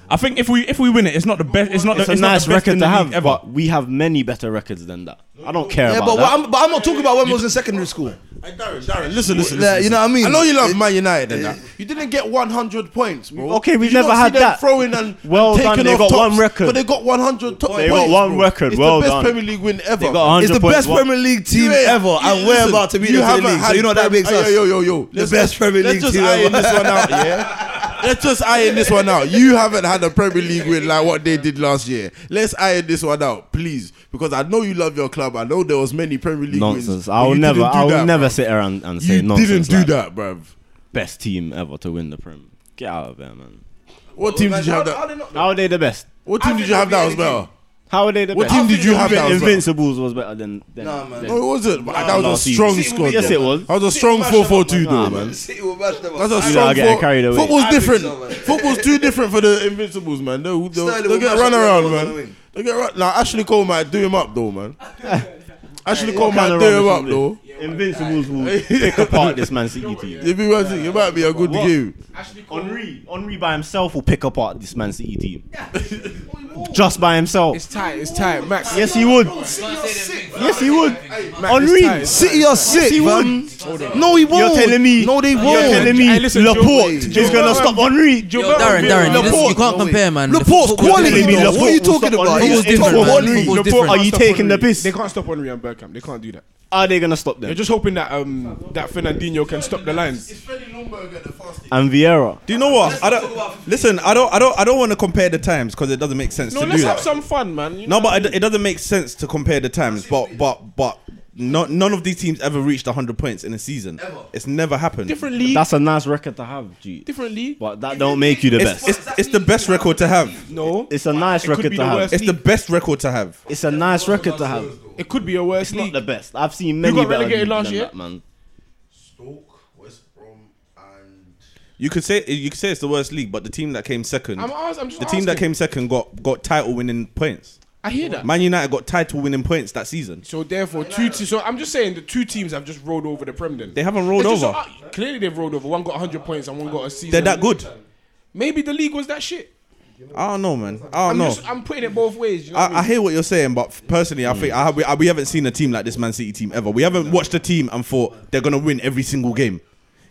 S9: I think if we if we win it, it's not the best. It's not.
S10: It's
S9: the,
S10: a
S9: it's not
S10: nice
S9: the best in
S10: record
S9: the
S10: to
S9: league
S10: have,
S9: ever.
S10: but we have many better records than that. I don't care
S6: Yeah,
S10: about
S6: but,
S10: that.
S6: what I'm, but I'm not talking about when we was in secondary school.
S2: Hey, Darren, Darren, listen, listen.
S6: Like, you know what I mean?
S2: I know you love Man United and that. You didn't get 100 points, bro.
S10: Okay,
S2: Did
S10: we've
S2: you
S10: never
S2: not see
S10: had
S2: them
S10: that.
S2: Throwing and
S10: Well
S2: and
S10: done,
S2: taking
S10: they
S2: off
S10: got
S2: tops,
S10: one record.
S2: But they got 100 top
S10: They got
S2: points,
S10: one
S2: bro.
S10: record,
S2: It's
S10: well
S2: the best
S10: done.
S2: Premier League win ever.
S10: They got 100
S6: It's the
S10: points.
S6: best
S10: What-
S6: Premier League team
S2: Yeah.
S6: ever, and
S2: You-
S6: we're
S2: listen,
S6: about to beat
S2: you
S6: them to
S2: haven't
S6: the league. So
S2: had
S6: you know what that
S2: Prem-
S6: makes
S2: Hey,
S6: us.
S2: Yo, yo, yo,
S6: The best Premier League
S2: Let's just
S6: team
S2: iron
S6: ever.
S2: this one out, yeah. Let's just iron this one out. You haven't had a Premier League win like what they did last year. Let's iron this one out, please, because I know you love your club. I know there was many Premier League wins.
S10: nonsense.
S2: but
S10: I will
S2: you
S10: never.
S2: didn't do
S10: I will
S2: that,
S10: never
S2: bruv.
S10: sit around and say
S2: You
S10: nonsense.
S2: didn't do
S10: like,
S2: that, bruv.
S10: Best team ever to win the Prem. Get out of there, man.
S2: What team did you have
S6: How
S2: that?
S6: they not-
S10: How are they the best?
S2: What team did you have that was better?
S10: How are they the
S2: What
S10: best?
S2: team did you have that was better?
S10: Invincibles was better than. than
S6: Nah, man.
S10: than-
S2: No, it wasn't. that was a
S10: last
S2: strong
S10: season.
S2: squad.
S10: Yes,
S2: though.
S10: it was.
S2: That was a strong 4-4-2 though,
S10: Nah,
S2: man.
S6: City will match them up.
S2: That's a
S10: You
S2: strong
S10: lot are getting
S2: foot-
S10: carried away.
S2: Football's
S6: I think
S2: different.
S6: so, man.
S2: Football's too different for the Invincibles, man. They'll, they'll,
S6: Sterling
S2: they'll
S6: will
S2: get
S6: mash
S2: run
S6: up the
S2: around,
S6: other ones
S2: man.
S6: on the wing.
S2: They get run. Now Ashley Cole might do him up though, man. Ashley Cole
S10: What kind
S2: might
S10: of
S2: do
S10: rubbish
S2: him up
S10: is
S2: though.
S10: this? Invincibles will pick apart this Man City team.
S2: If he was, it might be a good
S10: What?
S2: game.
S10: Henri, Henri by himself will pick apart this Man City team. Just by himself.
S1: It's tight. It's tight. Max.
S10: Yes, he would. Yes, he would. Henri.
S6: City are sick,
S10: he
S6: man. No, he
S10: You're
S6: won't.
S10: telling me.
S6: No, they
S10: You're
S6: won't.
S10: telling me
S1: Hey, listen,
S10: Laporte
S1: Joe-
S10: is gonna stop Henri.
S1: Yo,
S7: Yo, Darren, Darren, you, just, you
S6: Laporte,
S7: can't
S6: no
S7: compare, man. The
S6: Laporte's
S7: football-
S6: quality,
S10: Laporte
S6: though. What are you
S10: will
S6: talking
S10: stop
S6: about?
S10: Henri.
S6: He's
S7: Football's
S6: top
S7: different, man.
S6: quality.
S7: Football's
S1: Laporte
S7: different.
S10: Are you
S1: can't stop
S10: taking the
S1: Henry.
S10: piss?
S1: They can't stop Henry and Bergkamp. They can't do that.
S10: Are they gonna stop
S1: They're
S10: them?
S1: just hoping that um that Fernandinho can stop the lines.
S10: And Vieira.
S9: Do you know what? I don't listen. I don't. I don't. I don't want to compare the times because it doesn't make sense
S5: No,
S9: to
S5: let's
S9: do
S5: have
S9: that.
S5: some fun, man. You know
S9: No, but it, it doesn't make sense to compare the times. But but but no, none of these teams ever reached 100 points in a season. It's never happened.
S5: different league,
S10: That's a nice record to have, G.
S5: different league.
S10: But that don't make you the
S9: It's,
S10: best.
S9: it's, it's the best record to have.
S5: No,
S10: It's a nice
S5: It could
S10: record
S5: be
S10: to
S5: the
S10: have.
S5: worst.
S9: It's the best record to have.
S10: It's a nice record to have.
S2: Uh,
S5: it could be a worse
S10: It's not
S5: league.
S10: the best. I've seen many
S5: got
S10: better
S5: relegated
S10: leagues
S5: last
S10: than
S5: year?
S10: that, man.
S2: Stoke, West Brom, and
S9: You could say you could say it's the worst league, but the team that came second,
S5: I'm, ask, I'm just
S9: the team that
S5: asking.
S9: came second got got title winning points.
S5: I hear that.
S9: Man United got title winning points that season.
S5: So therefore, two. Te- so I'm just saying the two teams have just rolled over the Prem. Then
S9: They haven't rolled
S5: It's just-
S9: over.
S5: uh, clearly, they've rolled over. One got 100 points and one got a season.
S9: They're that good.
S5: Maybe the league was that shit.
S9: I don't know, man. I don't
S5: I'm
S9: know.
S5: just I'm putting it both ways. You know what
S9: I, I
S5: mean?
S9: hear what you're saying, but personally,
S5: Hmm.
S9: I think I, we, I, we haven't seen a team like this Man City team ever. We haven't watched a team and thought they're gonna win every single game.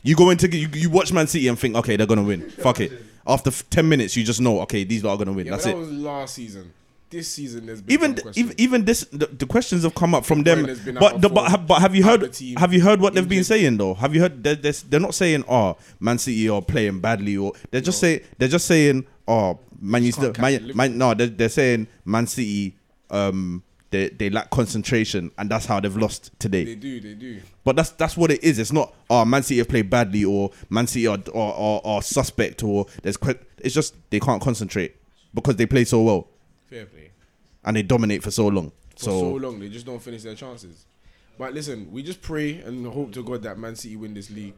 S9: You go into you, you watch Man City and think, okay, they're gonna win. Fuck it. After f- ten minutes, you just know, okay, these lot are gonna win.
S5: Yeah,
S9: That's
S5: but
S9: it.
S5: that was last season. This season, there's been
S9: even
S5: some questions.
S9: even, even this the, the questions have come up from
S5: Brian
S9: them
S5: has been out
S9: but the,
S5: before,
S9: but, ha- but have you
S5: out
S9: heard
S5: the team,
S9: have you heard what they've been
S5: injured.
S9: saying though have you heard they're, they're, they're not saying oh man city are playing badly or they're just saying they're just saying oh man, you still, man, man no they're, they're saying man city um they, they lack concentration and that's how they've lost today
S5: they do, they do.
S9: but that's that's what it is. It's not oh Man City have played badly or Man City are are, are, are suspect or there's que- it's just they can't concentrate because they play so well
S5: Fair play.
S9: and they dominate for so long.
S5: For so,
S9: So,
S5: long, they just don't finish their chances. But listen, we just pray and hope to God that Man City win this league.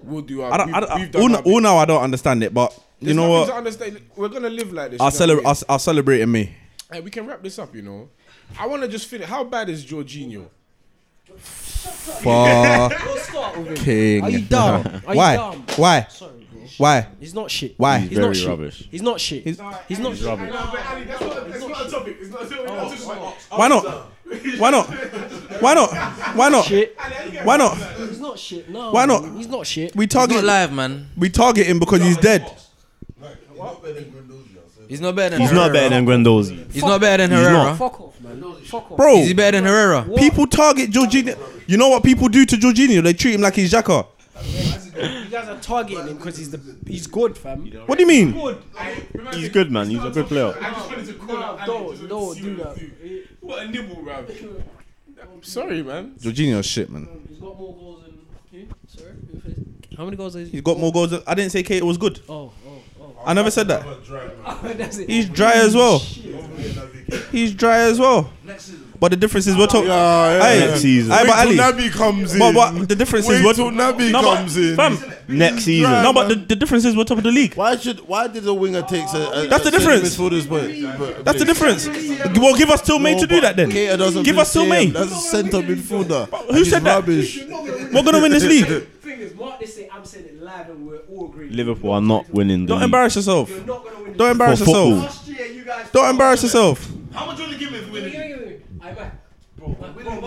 S5: We'll do our.
S9: I don't,
S5: we've,
S9: I don't,
S5: we've done
S9: all,
S5: our
S9: all
S5: bit.
S9: now I don't understand it, but you
S5: There's
S9: know
S5: nothing To
S9: what?
S5: understand. We're gonna live like this.
S9: I'll,
S5: you know what I
S9: cele-
S5: mean?
S9: I'll, I'll celebrate in me.
S5: Hey, we can wrap this up, you know. I want to just finish. How bad is Jorginho?
S9: King.
S8: Are you dumb? Are you
S9: Why?
S8: dumb?
S9: Why?
S8: Sorry, bro.
S9: Why?
S8: He's not shit.
S9: Why?
S8: He's not
S10: Very
S8: shit.
S10: rubbish.
S8: He's not shit. He's, not shit.
S9: Why not? Why not? Why not? Why not?
S8: Shit.
S9: Why not?
S8: He's not shit. No.
S9: Why not?
S8: He's not shit.
S9: We
S7: He's not
S9: target
S7: live, man.
S9: we target him because he's dead.
S7: He's not better than
S10: He's
S7: Herrera.
S10: not better than Grandosi.
S7: He's not better than Herrera.
S8: Fuck off, man. Fuck off.
S9: Bro,
S7: Is he better than Herrera?
S9: people target Jorginho. You know what people do to Jorginho? They treat him like he's Xhaka.
S8: You guys are targeting him because he's the he's good, fam.
S9: What do you mean?
S8: Good.
S10: He's good, man. He's a good player.
S8: No, don't, don't do that.
S5: What a nibble, bro. I'm sorry, man.
S9: Jorginho's shit, man.
S11: He's got more goals than
S8: hmm?
S11: you. Sorry. who finished? How many goals is
S9: He's got more goals. Than, I didn't say Kate was good.
S11: Oh, oh, oh.
S9: I never said that.
S11: That's it.
S9: He's dry as well. He's dry as well. But the difference is we're talking. Aye.
S10: Next season.
S9: Aye, but Ali.
S2: Nabi comes in.
S9: But what the difference
S2: Wait
S9: is we're
S2: till Nabi
S9: No, but-
S2: comes in.
S9: Fam,
S10: Next season.
S9: no, but the, the difference is we're top of the league.
S1: Why should? Why did a winger take? A, a,
S9: That's the
S1: a centre
S9: difference.
S1: midfielder's point?
S9: That's the difference. Well, give us till May to do that then.
S1: Keita doesn't
S9: Give us till
S1: play him.
S9: May.
S1: That's a centre midfielder.
S9: who
S1: And he's
S9: said that?
S1: Rubbish.
S9: We're gonna win this league.
S8: Thing is, Mark, they say I'm saying it live and we're all agreeing.
S10: Liverpool are not winning the
S9: Don't
S10: league.
S9: embarrass yourself.
S8: You're not gonna win.
S9: Don't embarrass
S10: For football.
S9: yourself. Don't embarrass yourself.
S8: Bro,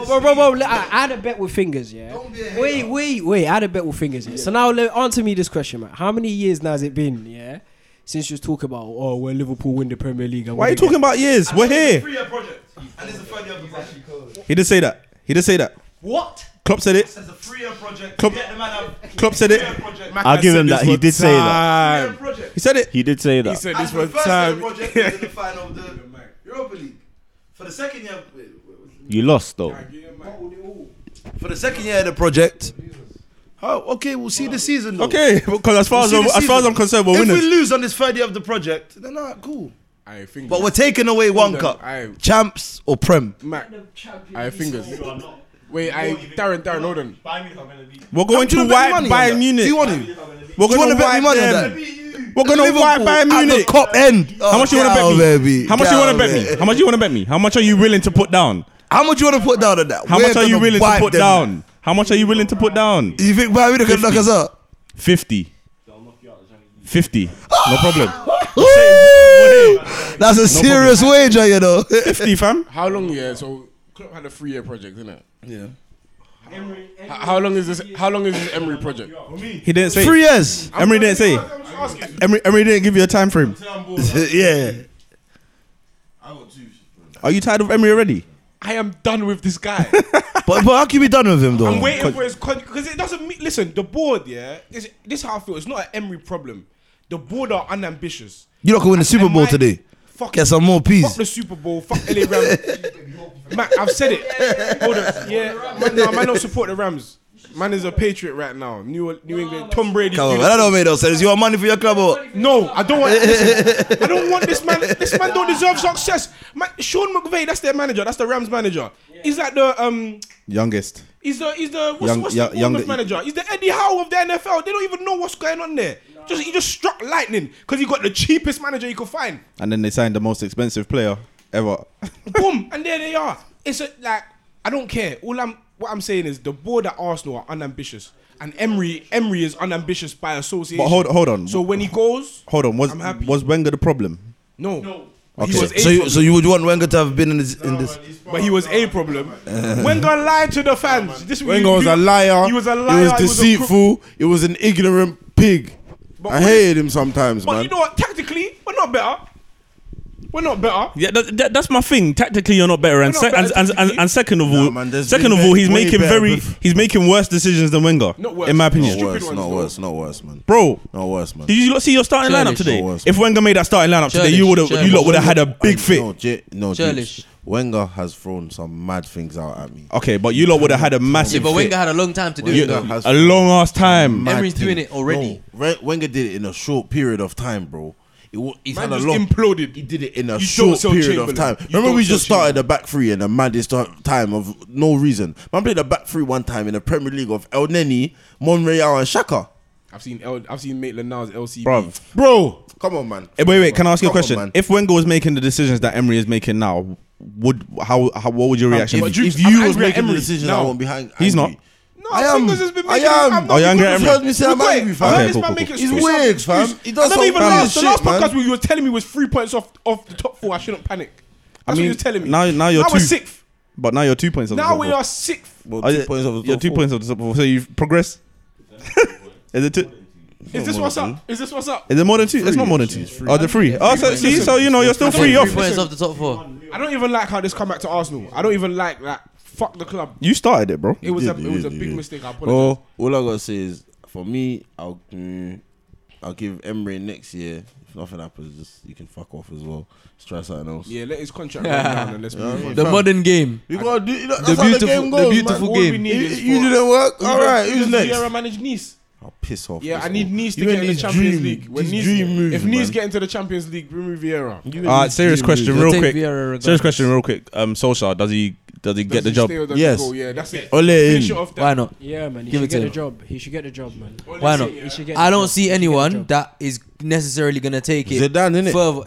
S8: bro, bro, bro, look, I, I had a bet with fingers, yeah. Wait, wait, wait. I had a bet with fingers. Yeah? So now, let, answer me this question, man. How many years now has it been, yeah, since you was talking about, oh, when Liverpool win the Premier League?
S9: Why are you talking about years? We're here. He did say that. He did say that.
S8: What?
S9: Klopp said it. Klopp, Klopp said it.
S10: I'll give him that. He did say that.
S9: He said it.
S10: He did say
S2: He
S10: that.
S2: said this
S5: That's the
S2: for
S5: first ever
S2: time.
S5: project.
S2: Yeah,
S10: You lost though.
S1: For the second year of the project. Oh, okay, we'll see the season. Though.
S9: Okay, because as far as
S1: See
S9: I'm,
S1: the
S9: as far as
S1: season.
S9: I'm concerned, we're
S1: if
S9: winners.
S1: we lose on this third year of the project, then alright, cool.
S5: I fingers.
S1: But we're taking away one
S5: Hold on,
S1: cup,
S5: aye.
S1: champs or prem.
S5: Mac. I fingers. Wait, I Darren, Darren, hold on.
S9: We're going to
S1: Do you wanna bet
S9: wipe
S1: money on that?
S9: Bayern
S1: Do
S9: Munich.
S1: you want to?
S9: We're
S1: Do you
S9: going
S1: want to
S9: to
S1: bet
S9: wipe
S1: me money on
S9: them.
S1: that?
S9: We're going to
S1: Liverpool
S9: wipe Bayern
S1: At the
S9: Munich. Oh,
S1: cop end.
S9: How much you want to bet me?
S1: Baby.
S9: How much you want to
S1: Down,
S9: bet me?
S1: baby.
S9: How much you want to bet me? How much are you willing to put down?
S1: How much you want to put down on that?
S9: How
S1: We're
S9: much are you
S1: gonna
S9: willing to
S1: wipe
S9: put
S1: them.
S9: down? How much are you willing to put down?
S1: You think Bayern Munich can knock us out?
S9: 50. 50. No problem.
S1: That's a serious wager, you know.
S9: 50, fam.
S5: How long? Yeah, so Klopp had a three-year project, didn't it? Yeah. How, how long is this? How long is this Emery project?
S9: He didn't say.
S1: Three years.
S9: Emery didn't say. Emery, Emery didn't give you a time frame.
S1: yeah.
S9: Are you tired of Emery already?
S5: I am done with this guy.
S1: But, but how can we be done with him, though?
S5: I'm waiting for his contract because it doesn't mean. Listen, the board, yeah, this this is how I feel. It's not an Emery problem. The board are unambitious.
S1: You're not going to win the Super
S5: And
S1: Bowl
S5: my-
S1: today.
S5: Fuck
S1: Get some more
S5: Fuck
S1: peas.
S5: the Super Bowl. Fuck LA Rams. Mac, I've said it. Hold on. Yeah, man, no, man don't support the Rams. Man is a patriot right now. New New England. Tom Brady.
S1: Come on, man. That don't make no sense. You want money for your club or what?
S5: No, I don't want. listen, I don't want this man. This man don't deserve success. Man, Sean McVay, that's their manager. That's the Rams manager. He's like the um.
S9: Youngest.
S5: He's the he's the what's,
S9: Young-
S5: what's
S9: young-
S5: the Bournemouth
S9: younger-
S5: manager? He's the Eddie Howe of the NFL. They don't even know what's going on there. Just he just struck lightning because he got the cheapest manager he could find.
S9: And then they signed the most expensive player. ever.
S5: boom, and there they are. It's a, like I don't care. All I'm what I'm saying is the board at Arsenal are unambitious, and Emery Emery is unambitious by association.
S9: But hold, hold on.
S5: so when he goes,
S9: hold on. Was
S5: I'm happy.
S9: was Wenger the problem?
S5: no,
S9: Okay.
S5: he was a
S9: So
S12: So, you,
S5: problem,
S12: so you would want Wenger to have been in this? In this?
S5: but he was a problem. Wenger lied to the fans. This
S2: Wenger was a
S5: you-
S2: liar.
S5: He was a
S2: He
S5: liar.
S2: was
S5: he was a crook.
S2: deceitful. He was an ignorant pig.
S5: But
S2: I
S5: we-
S2: hated him sometimes,
S5: But
S2: man.
S5: you know what? Tactically, we're not better. We're not better.
S13: Yeah, that, that, that's my thing. Tactically, you're not better, and,
S5: We're
S13: sec-
S5: not better
S13: and, and, and,
S5: tactically.
S13: and second of
S2: Nah,
S13: all,
S2: man, there's
S13: second
S2: been
S13: of all,
S2: way-
S13: he's
S2: way
S13: making
S2: better
S13: very
S2: bef-
S13: he's making worse decisions than Wenger,
S5: Not worse.
S13: in my
S2: not
S13: opinion.
S5: Stupid
S2: worse,
S5: ones,
S2: not
S5: though.
S2: worse, not worse, man.
S13: Bro,
S2: Not worse, man.
S13: did you lot see your starting lineup
S7: Childish.
S13: today?
S2: No worse,
S13: if Wenger made that starting lineup today, you
S7: Childish,
S13: would have you
S7: childish.
S13: lot would have had a big
S2: I-
S13: fit.
S2: No, J- no
S7: Churlish.
S2: Jukes. Wenger has thrown some mad things out at me.
S9: Okay, but you lot would have had a
S7: Yeah,
S9: massive
S7: but
S9: fit.
S7: Wenger had a long time to do
S2: Wenger
S7: it. though.
S2: has
S13: A long ass time.
S2: mad
S7: Emery's doing
S2: things.
S7: it already.
S2: No, Re- Wenger did it in a short period of time, bro. It, wa- he's
S5: Man
S2: had a
S5: just
S2: long.
S5: imploded.
S2: He did it in a
S5: You don't
S2: short
S5: sell
S2: period of
S5: Chamberlain.
S2: time.
S5: You
S2: Remember,
S5: don't
S2: we
S5: sell
S2: just started the back three in the maddest t- time of no reason. Man played the back three one time in the Premier League of El Neni, Monreal, and Shaka.
S5: I've seen L, I've seen Maitland Niles LCB.
S9: Bruv.
S2: Bro, come on, man.
S9: Eh, Wait, wait. Can I ask you a
S2: Come on,
S9: question?
S2: man.
S9: if Wenger was making the decisions that Emery is making now, would how, how what would your reaction?
S2: If,
S9: be?
S5: but you-
S2: if
S5: I'm
S2: you was
S5: angry at
S2: making the
S5: Emery.
S2: decision, I
S5: No.
S2: won't be hang-
S9: He's
S2: angry.
S9: not.
S5: No,
S2: I am.
S5: Singles has been
S2: I
S5: making-
S2: am.
S5: I'm not-
S9: Oh, you're angry
S5: you
S2: You've
S9: at
S5: could've-
S9: Emery?
S2: heard me say
S5: You
S2: I'm
S5: got it.
S2: angry,
S5: I heard
S9: Okay,
S2: fam.
S5: this
S9: cool,
S5: man
S9: cool.
S5: make
S2: He's
S5: excuse-
S2: weird, fam. He does
S5: I never
S2: some
S5: even
S2: foul
S5: laughed. The
S2: shit,
S5: last
S2: man.
S5: podcast where you were telling me was three points off off the top four. I shouldn't panic. That's
S9: mean,
S5: what you were telling me.
S9: now- now you're
S5: we're
S9: two.
S5: sixth.
S9: But now you're two points. off the
S5: Now
S9: top
S5: we
S9: four.
S5: are sixth.
S2: Well,
S9: Oh,
S2: two
S9: yeah,
S2: points off the
S9: You're
S2: top
S9: two
S2: four.
S9: points off the top four. So you've progressed. is it two?
S5: Is this what's up? Is this what's up?
S9: Is it more than two? It's not more than two. Oh, the three. Oh, so, see,
S5: Listen.
S9: so you know you're still
S7: Three
S9: three off.
S7: points off the top four.
S5: I don't even like how this come back to Arsenal. I don't even like that. Fuck the club.
S9: You started it, bro.
S5: It was
S2: did,
S5: a
S2: you
S5: it was a
S2: did, you
S5: big
S2: did.
S5: mistake. I apologize.
S2: Bro, Oh, all I gotta say is for me, I'll mm, I'll give Emery next year. If nothing happens, just you can fuck off as well. Let's try something else.
S5: Yeah, let his contract run down and let's move on.
S7: The modern game.
S2: We gotta do. You know, that's
S7: The
S2: how
S7: beautiful,
S2: the game goes,
S7: the beautiful
S2: man.
S5: All we
S7: game.
S5: need
S2: You,
S5: is
S2: you
S5: for-
S2: didn't work. All
S5: Does-
S2: right, who's
S5: does
S2: next?
S5: Vieira manage Nice.
S2: I'll piss off.
S5: Yeah,
S2: this
S5: I need
S2: one.
S5: Nice to
S2: You
S5: get
S2: and
S5: in the
S2: these
S5: Champions
S2: dream-
S5: League. When
S2: these
S5: Nice,
S2: dream moves,
S5: if Nice
S2: man.
S5: get into the Champions League, remove Vieira.
S2: You and
S13: All right,
S2: these
S13: serious
S2: dream
S13: question,
S2: moves.
S13: real
S7: Take
S13: quick.
S7: Vieira regardless.
S13: Serious question, real quick. Um, Solskjaer, does he does he get
S5: Does
S13: the
S5: he
S13: job?
S5: stay or does he
S2: Yes.
S5: go? Oh, Yeah, that's it.
S2: Ole
S5: Finish it
S2: in.
S5: off
S7: Why
S5: that.
S7: not?
S8: Yeah, man. He
S7: Give it
S8: should
S7: to
S8: get the
S7: him.
S8: job. He should get the job, man.
S7: Why not?
S8: He should get
S7: I
S8: the
S7: don't
S8: job. He
S7: see
S8: should get the
S7: anyone
S8: job.
S7: that is necessarily gonna take it
S2: Zidane, innit?
S7: further.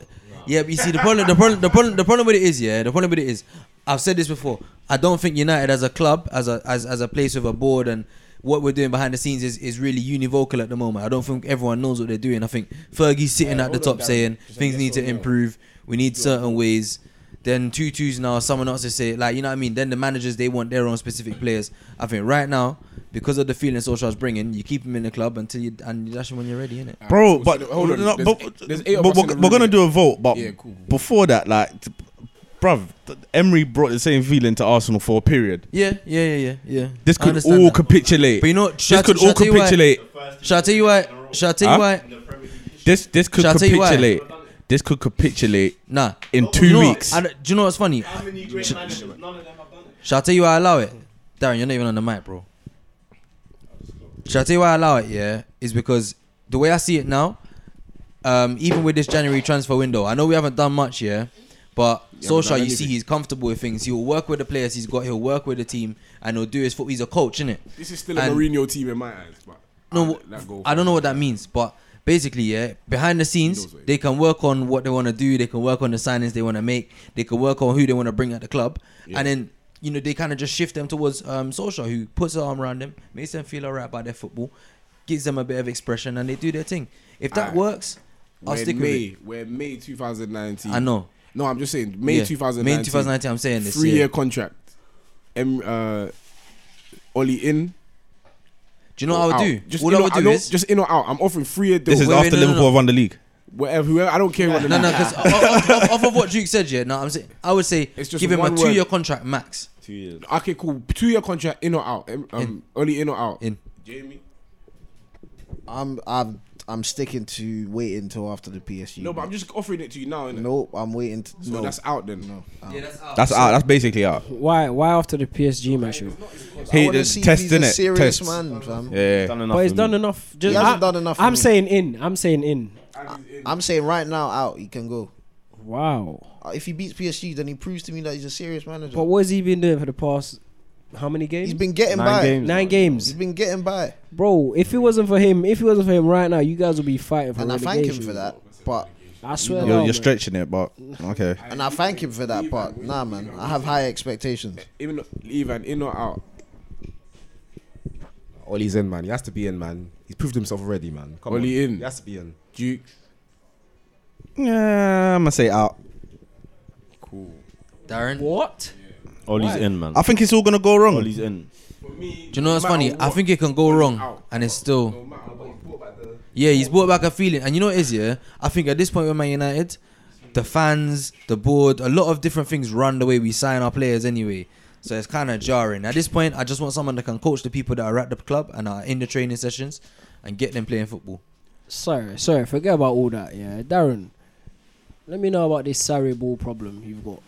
S7: Yeah, but you see the problem. The problem. The problem. The problem with it is, yeah. The problem with it is, I've said this before. I don't think United as a club, as a as, as a place with a board and what we're doing behind the scenes is, is really univocal at the moment. I don't think everyone knows what they're doing. I think Fergie's sitting at the top saying things need to improve. We need certain ways. Then tutus now, someone else to say like you know what I mean. Then the managers they want their own specific players. I think right now because of the feeling Solskjaer's bringing, you keep him in the club until you and you dash him when you're ready, innit?
S9: bro.
S5: So
S9: But
S5: the- hold on,
S9: no,
S5: there's
S9: but,
S5: eight- there's eight of
S9: but
S5: us in
S9: we're,
S5: the
S9: we're gonna
S5: room.
S9: do a vote. But
S5: Yeah, cool.
S9: before that, like, t- bruv, th- Emery brought the same feeling to Arsenal for a period.
S7: Yeah, yeah, yeah, yeah, yeah.
S9: This
S7: I
S9: could
S7: understand
S9: all
S7: that.
S9: capitulate.
S7: But you know what?
S9: this
S7: Shall I-
S9: could
S7: shall I
S9: all
S7: tell you why-
S9: capitulate.
S7: Shall I tell you why? Shall I tell you
S9: Huh?
S7: why?
S9: This this could
S7: Shall I tell you why?
S9: capitulate. This could capitulate
S7: Nah.
S9: in
S7: You
S9: two
S7: know what?
S9: weeks.
S7: I don't- do you know what's funny? Shall I tell you why I allow it? Darren, you're not even on the mic, bro. Shall I tell you why I allow it, yeah? Is because the way I see it now, um, even with this January transfer window, I know we haven't done much, yeah? But Solskjaer, you see, he's comfortable with things. He'll work with the players he's got, he'll work with the team, and he'll do his foot. He's a coach, innit?
S5: This is still a
S7: And-
S5: Mourinho team in my eyes. But I'll
S7: no,
S5: let that go.
S7: I don't know what that means, but basically, yeah, behind the scenes,
S5: knows what it
S7: they can work on what they want to do. They can work on the signings they want to make. They can work on who they want to bring at the club, and then you know they kind of just shift them towards um, Solskjaer, who puts his arm around them, makes them feel alright about their football, gives them a bit of expression, and they do their thing. If that
S5: Aight.
S7: works, I'll
S5: We're
S7: stick
S5: in
S7: with
S5: May.
S7: it.
S5: We're in May 2019.
S7: I know.
S5: No, I'm just saying May
S7: Yeah.
S5: 2019.
S7: May 2019. I'm saying this.
S5: Three
S7: yeah.
S5: year contract. M. Uh, Oli in.
S7: Do you know
S5: or
S7: what I
S5: out.
S7: would do?
S5: Just
S7: All
S5: in
S7: I
S5: or,
S7: would
S5: I
S7: do
S5: don't-
S7: is
S5: just in or out. I'm offering three year deal.
S9: this is
S7: wait, wait,
S9: after
S7: no, no,
S9: Liverpool
S7: no.
S9: have won the league.
S5: whatever. Whoever. I don't care. what the
S7: no, no,
S5: name is.
S7: because off, off- off of what Duke said, yeah, no, I'm saying I would say
S5: It's just
S7: give him a
S5: one word.
S7: two-year contract max.
S5: Okay, cool. Two year contract, in or out. Um,
S7: In.
S5: um, Only in or out.
S7: In.
S5: Jamie.
S6: I'm I'm I'm sticking to waiting till after the PSU.
S5: No, but I'm just offering it to you now. Innit?
S6: nope. I'm waiting. T-
S5: So
S6: no,
S5: that's out then. No.
S7: Yeah, that's out.
S9: That's out. That's basically out.
S8: Why? Why after the PSG match? yo?
S9: Hey,
S6: wanna
S9: the
S6: see if
S9: test
S6: he's a
S9: in it.
S6: Serious
S9: Test.
S6: man, fam.
S9: Yeah.
S14: Done enough
S8: But he's
S14: for
S8: done
S14: me.
S8: enough.
S6: He
S8: Just,
S6: hasn't
S8: I,
S6: done enough for
S8: I'm
S6: me.
S8: saying in. I'm saying in.
S6: I'm saying right now, out. He can go.
S8: Wow.
S6: Uh, If he beats PSG, then he proves to me that he's a serious manager.
S8: But what has he been doing for the past how many games?
S6: he's been getting
S14: Nine
S6: by.
S14: games.
S8: Nine
S6: He's
S8: games,
S6: been getting by,
S8: bro. If it wasn't for him, if it wasn't for him right now, you guys would be fighting for
S6: and I
S8: relegation.
S6: thank him for that. But
S8: I swear
S9: You're,
S8: down,
S9: you're
S8: man.
S9: stretching it, but okay.
S6: And I thank him for that, but nah, man, I have high expectations.
S15: Even Ivan, in or out?
S5: Ollie's in, man. He has to be in, man. He's proved himself already, man. Come
S15: Oli
S5: on.
S15: in.
S5: He has to be in.
S15: Duke.
S9: Yeah, I'm gonna say out.
S7: Darren.
S8: What?
S16: Ollie's in, man.
S9: I think it's all gonna go wrong.
S16: Ollie's in.
S7: Do you know what's funny? I think it can go wrong, and it's still. yeah, he's brought back a feeling, and you know what it is, yeah. I think at this point with Man United, the fans, the board, a lot of different things run the way we sign our players anyway. So it's kind of jarring. At this point, I just want someone that can coach the people that are at the club and are in the training sessions, and get them playing football.
S8: Sorry, sorry, forget about all that. Yeah, Darren, let me know about this Sarri ball problem you've got.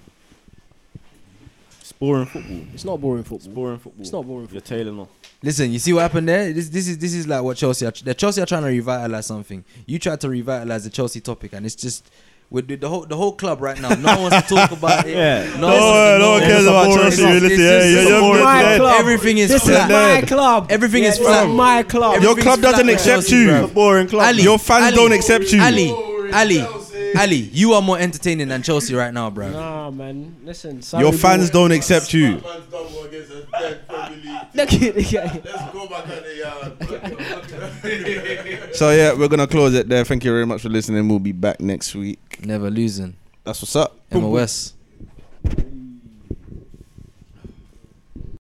S16: It's boring football.
S8: It's not boring football. It's
S16: boring football.
S8: It's not boring.
S16: You're tailing off.
S7: Listen, you see what happened there? This, this is this is like what Chelsea are. The Chelsea are trying to revitalize something. You tried to revitalize the Chelsea topic, and it's just with the, the whole the whole club right now. No one wants to talk about it.
S16: Yeah. No
S7: no,
S16: one- no one cares
S7: it's a
S16: about
S7: boring-
S16: Chelsea,
S7: it's-
S16: really.
S7: it's-
S16: Yeah,
S7: it's
S16: yeah,
S7: a
S16: you're
S7: boring
S16: boring
S7: club.
S16: club.
S7: Everything is
S8: This is
S7: flat.
S8: my club.
S7: Everything
S8: Yeah,
S7: is
S8: this is
S7: flat.
S8: my club.
S7: Everything
S9: Your
S7: is
S9: club
S7: flat
S9: doesn't
S7: with
S9: accept
S7: Chelsea,
S9: you.
S7: bro.
S9: It's a boring club.
S7: Ali,
S9: Your fans
S7: Ali,
S9: don't accept you.
S7: Ali, Ali, Ali, you are more entertaining than Chelsea right now, bro.
S8: Nah, man. Listen, Sarri
S9: Your fans
S8: ball-
S9: don't accept you.
S8: Look at the guy.
S9: So yeah, we're gonna close it there. Thank you very much for listening. We'll be back next week.
S7: Never losing.
S9: That's what's up.
S7: MOS.